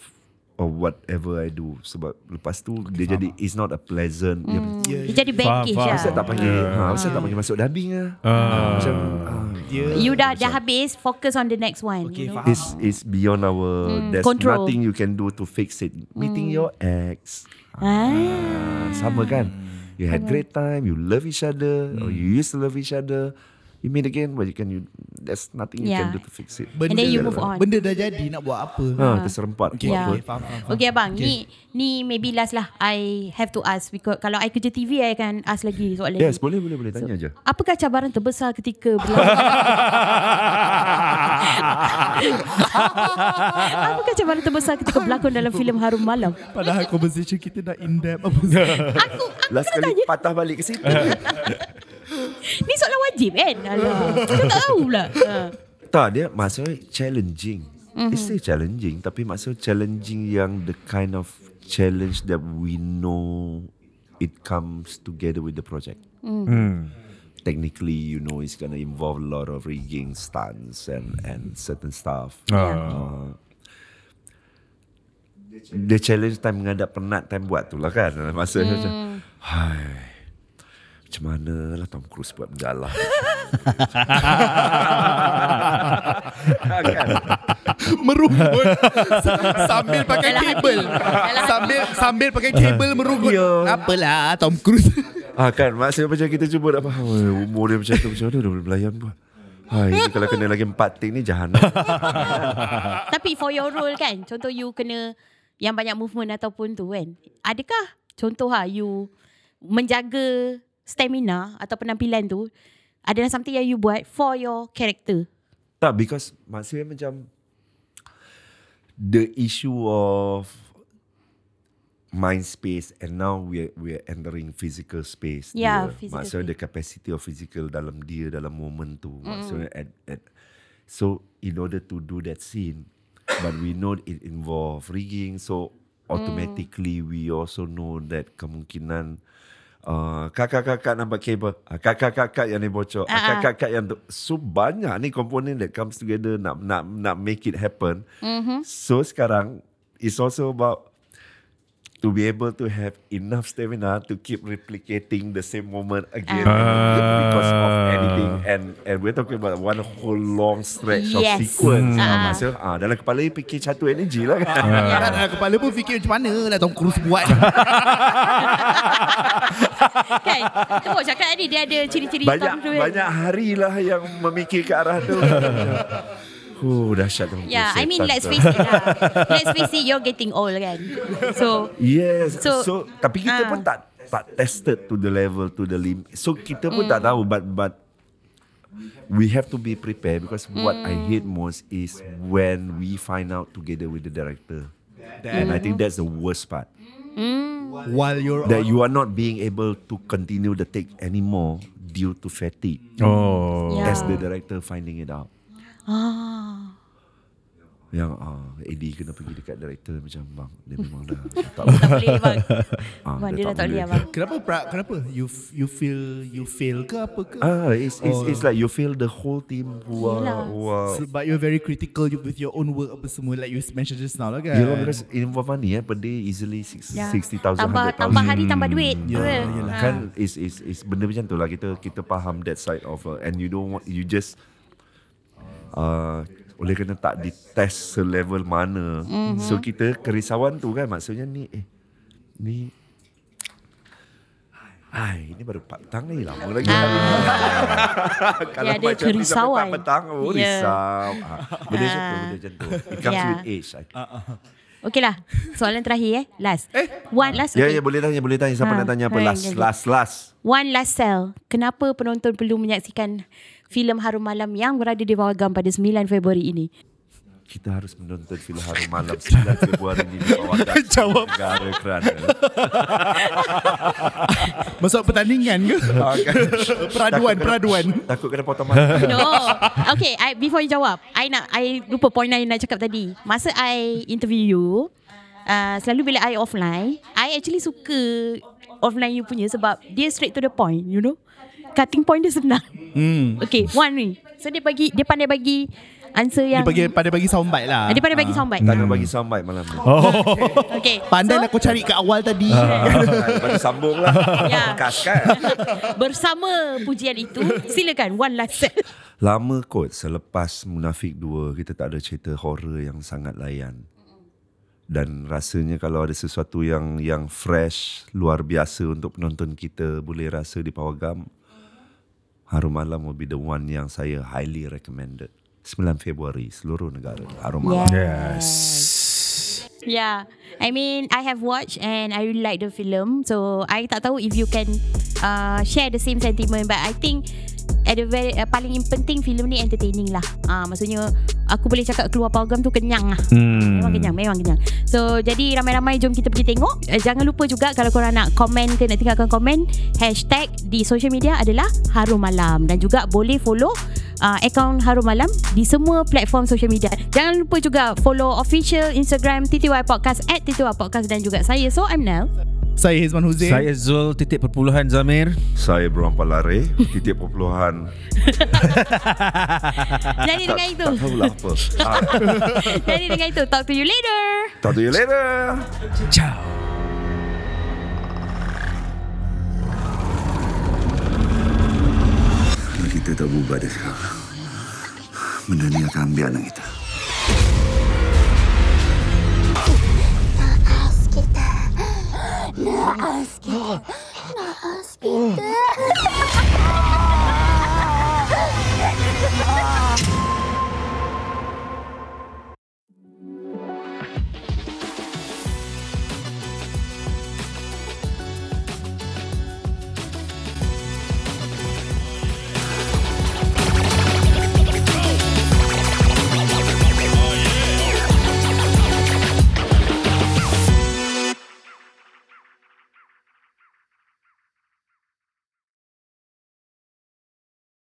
of whatever I do sebab lepas tu dia jadi it's not a pleasant dia macam,
Yeah.
Dia jadi baggage
faham.
lah.
Kenapa tak panggil
Yeah.
ha, Kenapa tak panggil masuk dubbing lah Macam ah,
You dah dah habis Focus on the next one
Okay,
you know?
faham.
It's it's beyond our There's
Hmm, control. Hmm.
nothing you can do to fix it Meeting your ex
ah.
Ah, sama kan you had great time you love each other or you used to love each other you meet again but you can you there's nothing you can
Yeah.
do to fix it
Benda,
And then you move on.
Benda dah jadi nak buat apa?
ha terserempak
Okay,
okay.
Yeah.
okay,
apa
faham, faham, faham.
Okay abang okay. Ni ni maybe last lah I have to ask because Kalau I kerja TV I akan ask lagi soalan
yes
ni
boleh boleh boleh tanya je
Apakah cabaran terbesar ketika berlakon? Apakah cabaran terbesar ketika berlakon dalam filem Harum Malam?
Padahal conversation kita dah in depth apa
Aku aku
last
kena
kali
tanya.
patah balik ke situ
Ni soalan wajib kan? Alah, aku tak tahu pula. Ha.
tak dia maksudnya challenging it's still challenging tapi maksudnya challenging yang the kind of challenge that we know it comes together with the project technically you know it's going to involve a lot of rigging stunts and and certain stuff uh, the challenge time menghadap penat time buat tu lah kan masa hmm. macam hai macam mana lah Tom Cruise buat benda lah Ah, kan?
merungut sambil pakai
Dalam hati.
kabel.
Dalam hati.
Sambil sambil pakai kabel merungut. Apalah Tom Cruise.
Ah kan Maksudnya macam kita cuba nak faham eh, Umur dia macam tu Macam mana dia boleh melayan pun Hai, ni kalau kena lagi empat ting ni lah. jahanam.
Tapi for your role kan Contoh you kena Yang banyak movement ataupun tu kan Adakah Contoh ha you Menjaga Stamina Atau penampilan tu Adalah something yang you buat For your character
tak, because maksudnya macam the issue of mind space and now we are, we are entering physical space.
Yeah,
dia.
Ya, physical
Maksudnya the capacity of physical dalam dia dalam moment tu.
Mm.
Maksudnya at, at, so in order to do that scene, but we know it involve rigging, so
Mm.
automatically we also know that kemungkinan Uh, kakak-kakak nampak kabel Ah, Kakak-kakak yang ni
Ah,
bocor
ah.
ah, Kakak-kakak yang tu So banyak ni komponen that comes together Nak nak nak make it happen mm-hmm. So sekarang It's also about to be able to have enough stamina to keep replicating the same moment again because of anything and and we're talking about one whole long stretch of
Yes.
sequence
Ah.
ah. maksud ah dalam kepala dia fikir satu energy lah kan
Kan dalam kepala pun fikir macam mana lah Tom Cruise buat.
Kan Tu pun cakap tadi Dia ada ciri-ciri
banyak
Tom Cruise.
banyak hari lah yang memikir ke arah tu Huh, dahsyat tu.
Yeah, Ya, I mean
Setan
let's
tu.
face it lah. Let's face it, you're getting old kan. So,
Yes.
So-
So, so tapi
Ah.
kita uh. pun tak tak tested to the level to the limit. So kita pun mm. tak tahu but but we have to be prepared because mm. what I hate most is when we find out together with the director. And
Mm-hmm.
I think that's the worst part.
While you're on.
That you are not being able to continue the take anymore due to fatigue.
Oh.
yeah.
As the director finding it out.
Ah.
Yang ah, AD kena pergi dekat director macam bang dia memang dah tak
Tak boleh bang.
Ah,
Bang,
dia
dia dah
tak
tak boleh ya,
boleh.
bang.
Kenapa pra, kenapa you f- you feel you fail ke apa ke?
Ah, it's, it's, it's like you feel the whole team who
Yelah.
are, who are
So, but you're very critical you- with your own work apa semua like you mentioned just now lah kan.
You know because involve money eh per day easily six-
Yeah. Ya.
60,000
Tambah,
100,000.
tambah hari tambah duit.
Yeah,
Betul.
yelah.
Ah.
kan is is is benda macam tu lah kita kita faham that side of uh, and you don't want you just uh, oleh kerana tak ditest selevel mana
Mhm.
mm-hmm. so kita kerisauan tu kan maksudnya ni eh ni Hai, ini baru 4 petang ni lama lagi.
Dia
Kalau
Ya. ada
macam ni sampai
kerisauan.
4 petang,
Yeah.
oh risau. Ah, benda macam tu,
Ah. Ya.
benda macam tu. It comes
Yeah.
with age. I think.
Okey lah. Soalan terakhir eh. Last. One last.
Ya,
okay.
ya boleh tanya, boleh tanya. Siapa
Ha,
nak tanya apa?
fine,
Last,
jadi.
last, last.
One last sell. Kenapa penonton perlu menyaksikan filem Harum Malam yang berada di Pawagam pada 9 Februari ini?
Kita harus menonton filem Harum Malam 9 Februari ini di Pawagam. Jawab. Negara kerana.
Masuk pertandingan ke? peraduan, peraduan.
Ah, kan. Takut kena potong mata.
No. Okay, I, before you jawab, I nak I lupa point yang nak cakap tadi. Masa I interview you, uh, selalu bila I offline, I actually suka offline you punya sebab dia straight to the point, you know. Cutting point dia senang. Hmm. Okay, one ni. So dia bagi dia pandai bagi answer
Dia
yang
bagi pada bagi soundbite lah.
Ah, dia pandai bagi soundbite.
Tak nak bagi soundbite malam ni.
Okay.
Pandai
so,
nak kau cari kat awal tadi.
Ah. Baru sambung lah.
Ya.
Kas kan?
bersama pujian itu, silakan one last set.
Lama kot selepas Munafik 2, kita tak ada cerita horror yang sangat layan. Dan rasanya kalau ada sesuatu yang yang fresh, luar biasa untuk penonton kita boleh rasa di Pawagam, Harum Malam will be the one yang saya highly recommended. 9 Februari, seluruh negara. Harum Malam.
Yes.
Yeah, I mean I have watched and I really like the film. So I tak tahu if you can uh, share the same sentiment, but I think at the very uh, paling penting filem ni entertaining lah. Ah, uh, maksudnya aku boleh cakap keluar program tu kenyang lah.
Hmm.
Memang kenyang, memang kenyang. So jadi ramai-ramai jom kita pergi tengok. Uh, jangan lupa juga kalau korang nak komen ke nak tinggalkan komen, hashtag di social media adalah Harum Malam dan juga boleh follow uh, akaun Harum Malam di semua platform social media. Jangan lupa juga follow official Instagram TTY Podcast at TTY Podcast dan juga saya. So I'm Nell.
Saya Hizman Huzain.
Saya Zul titik perpuluhan Zamir.
Saya Beruang Palare, titik perpuluhan.
Jadi dengan itu,
Tak tahulah apa. Ah,
jadi dengan itu, talk to you later.
talk to you later.
Ciao.
Kalau kita tak berubah dari sekarang Benda ni akan ambil anak kita Nurse Peter. Nurse Peter.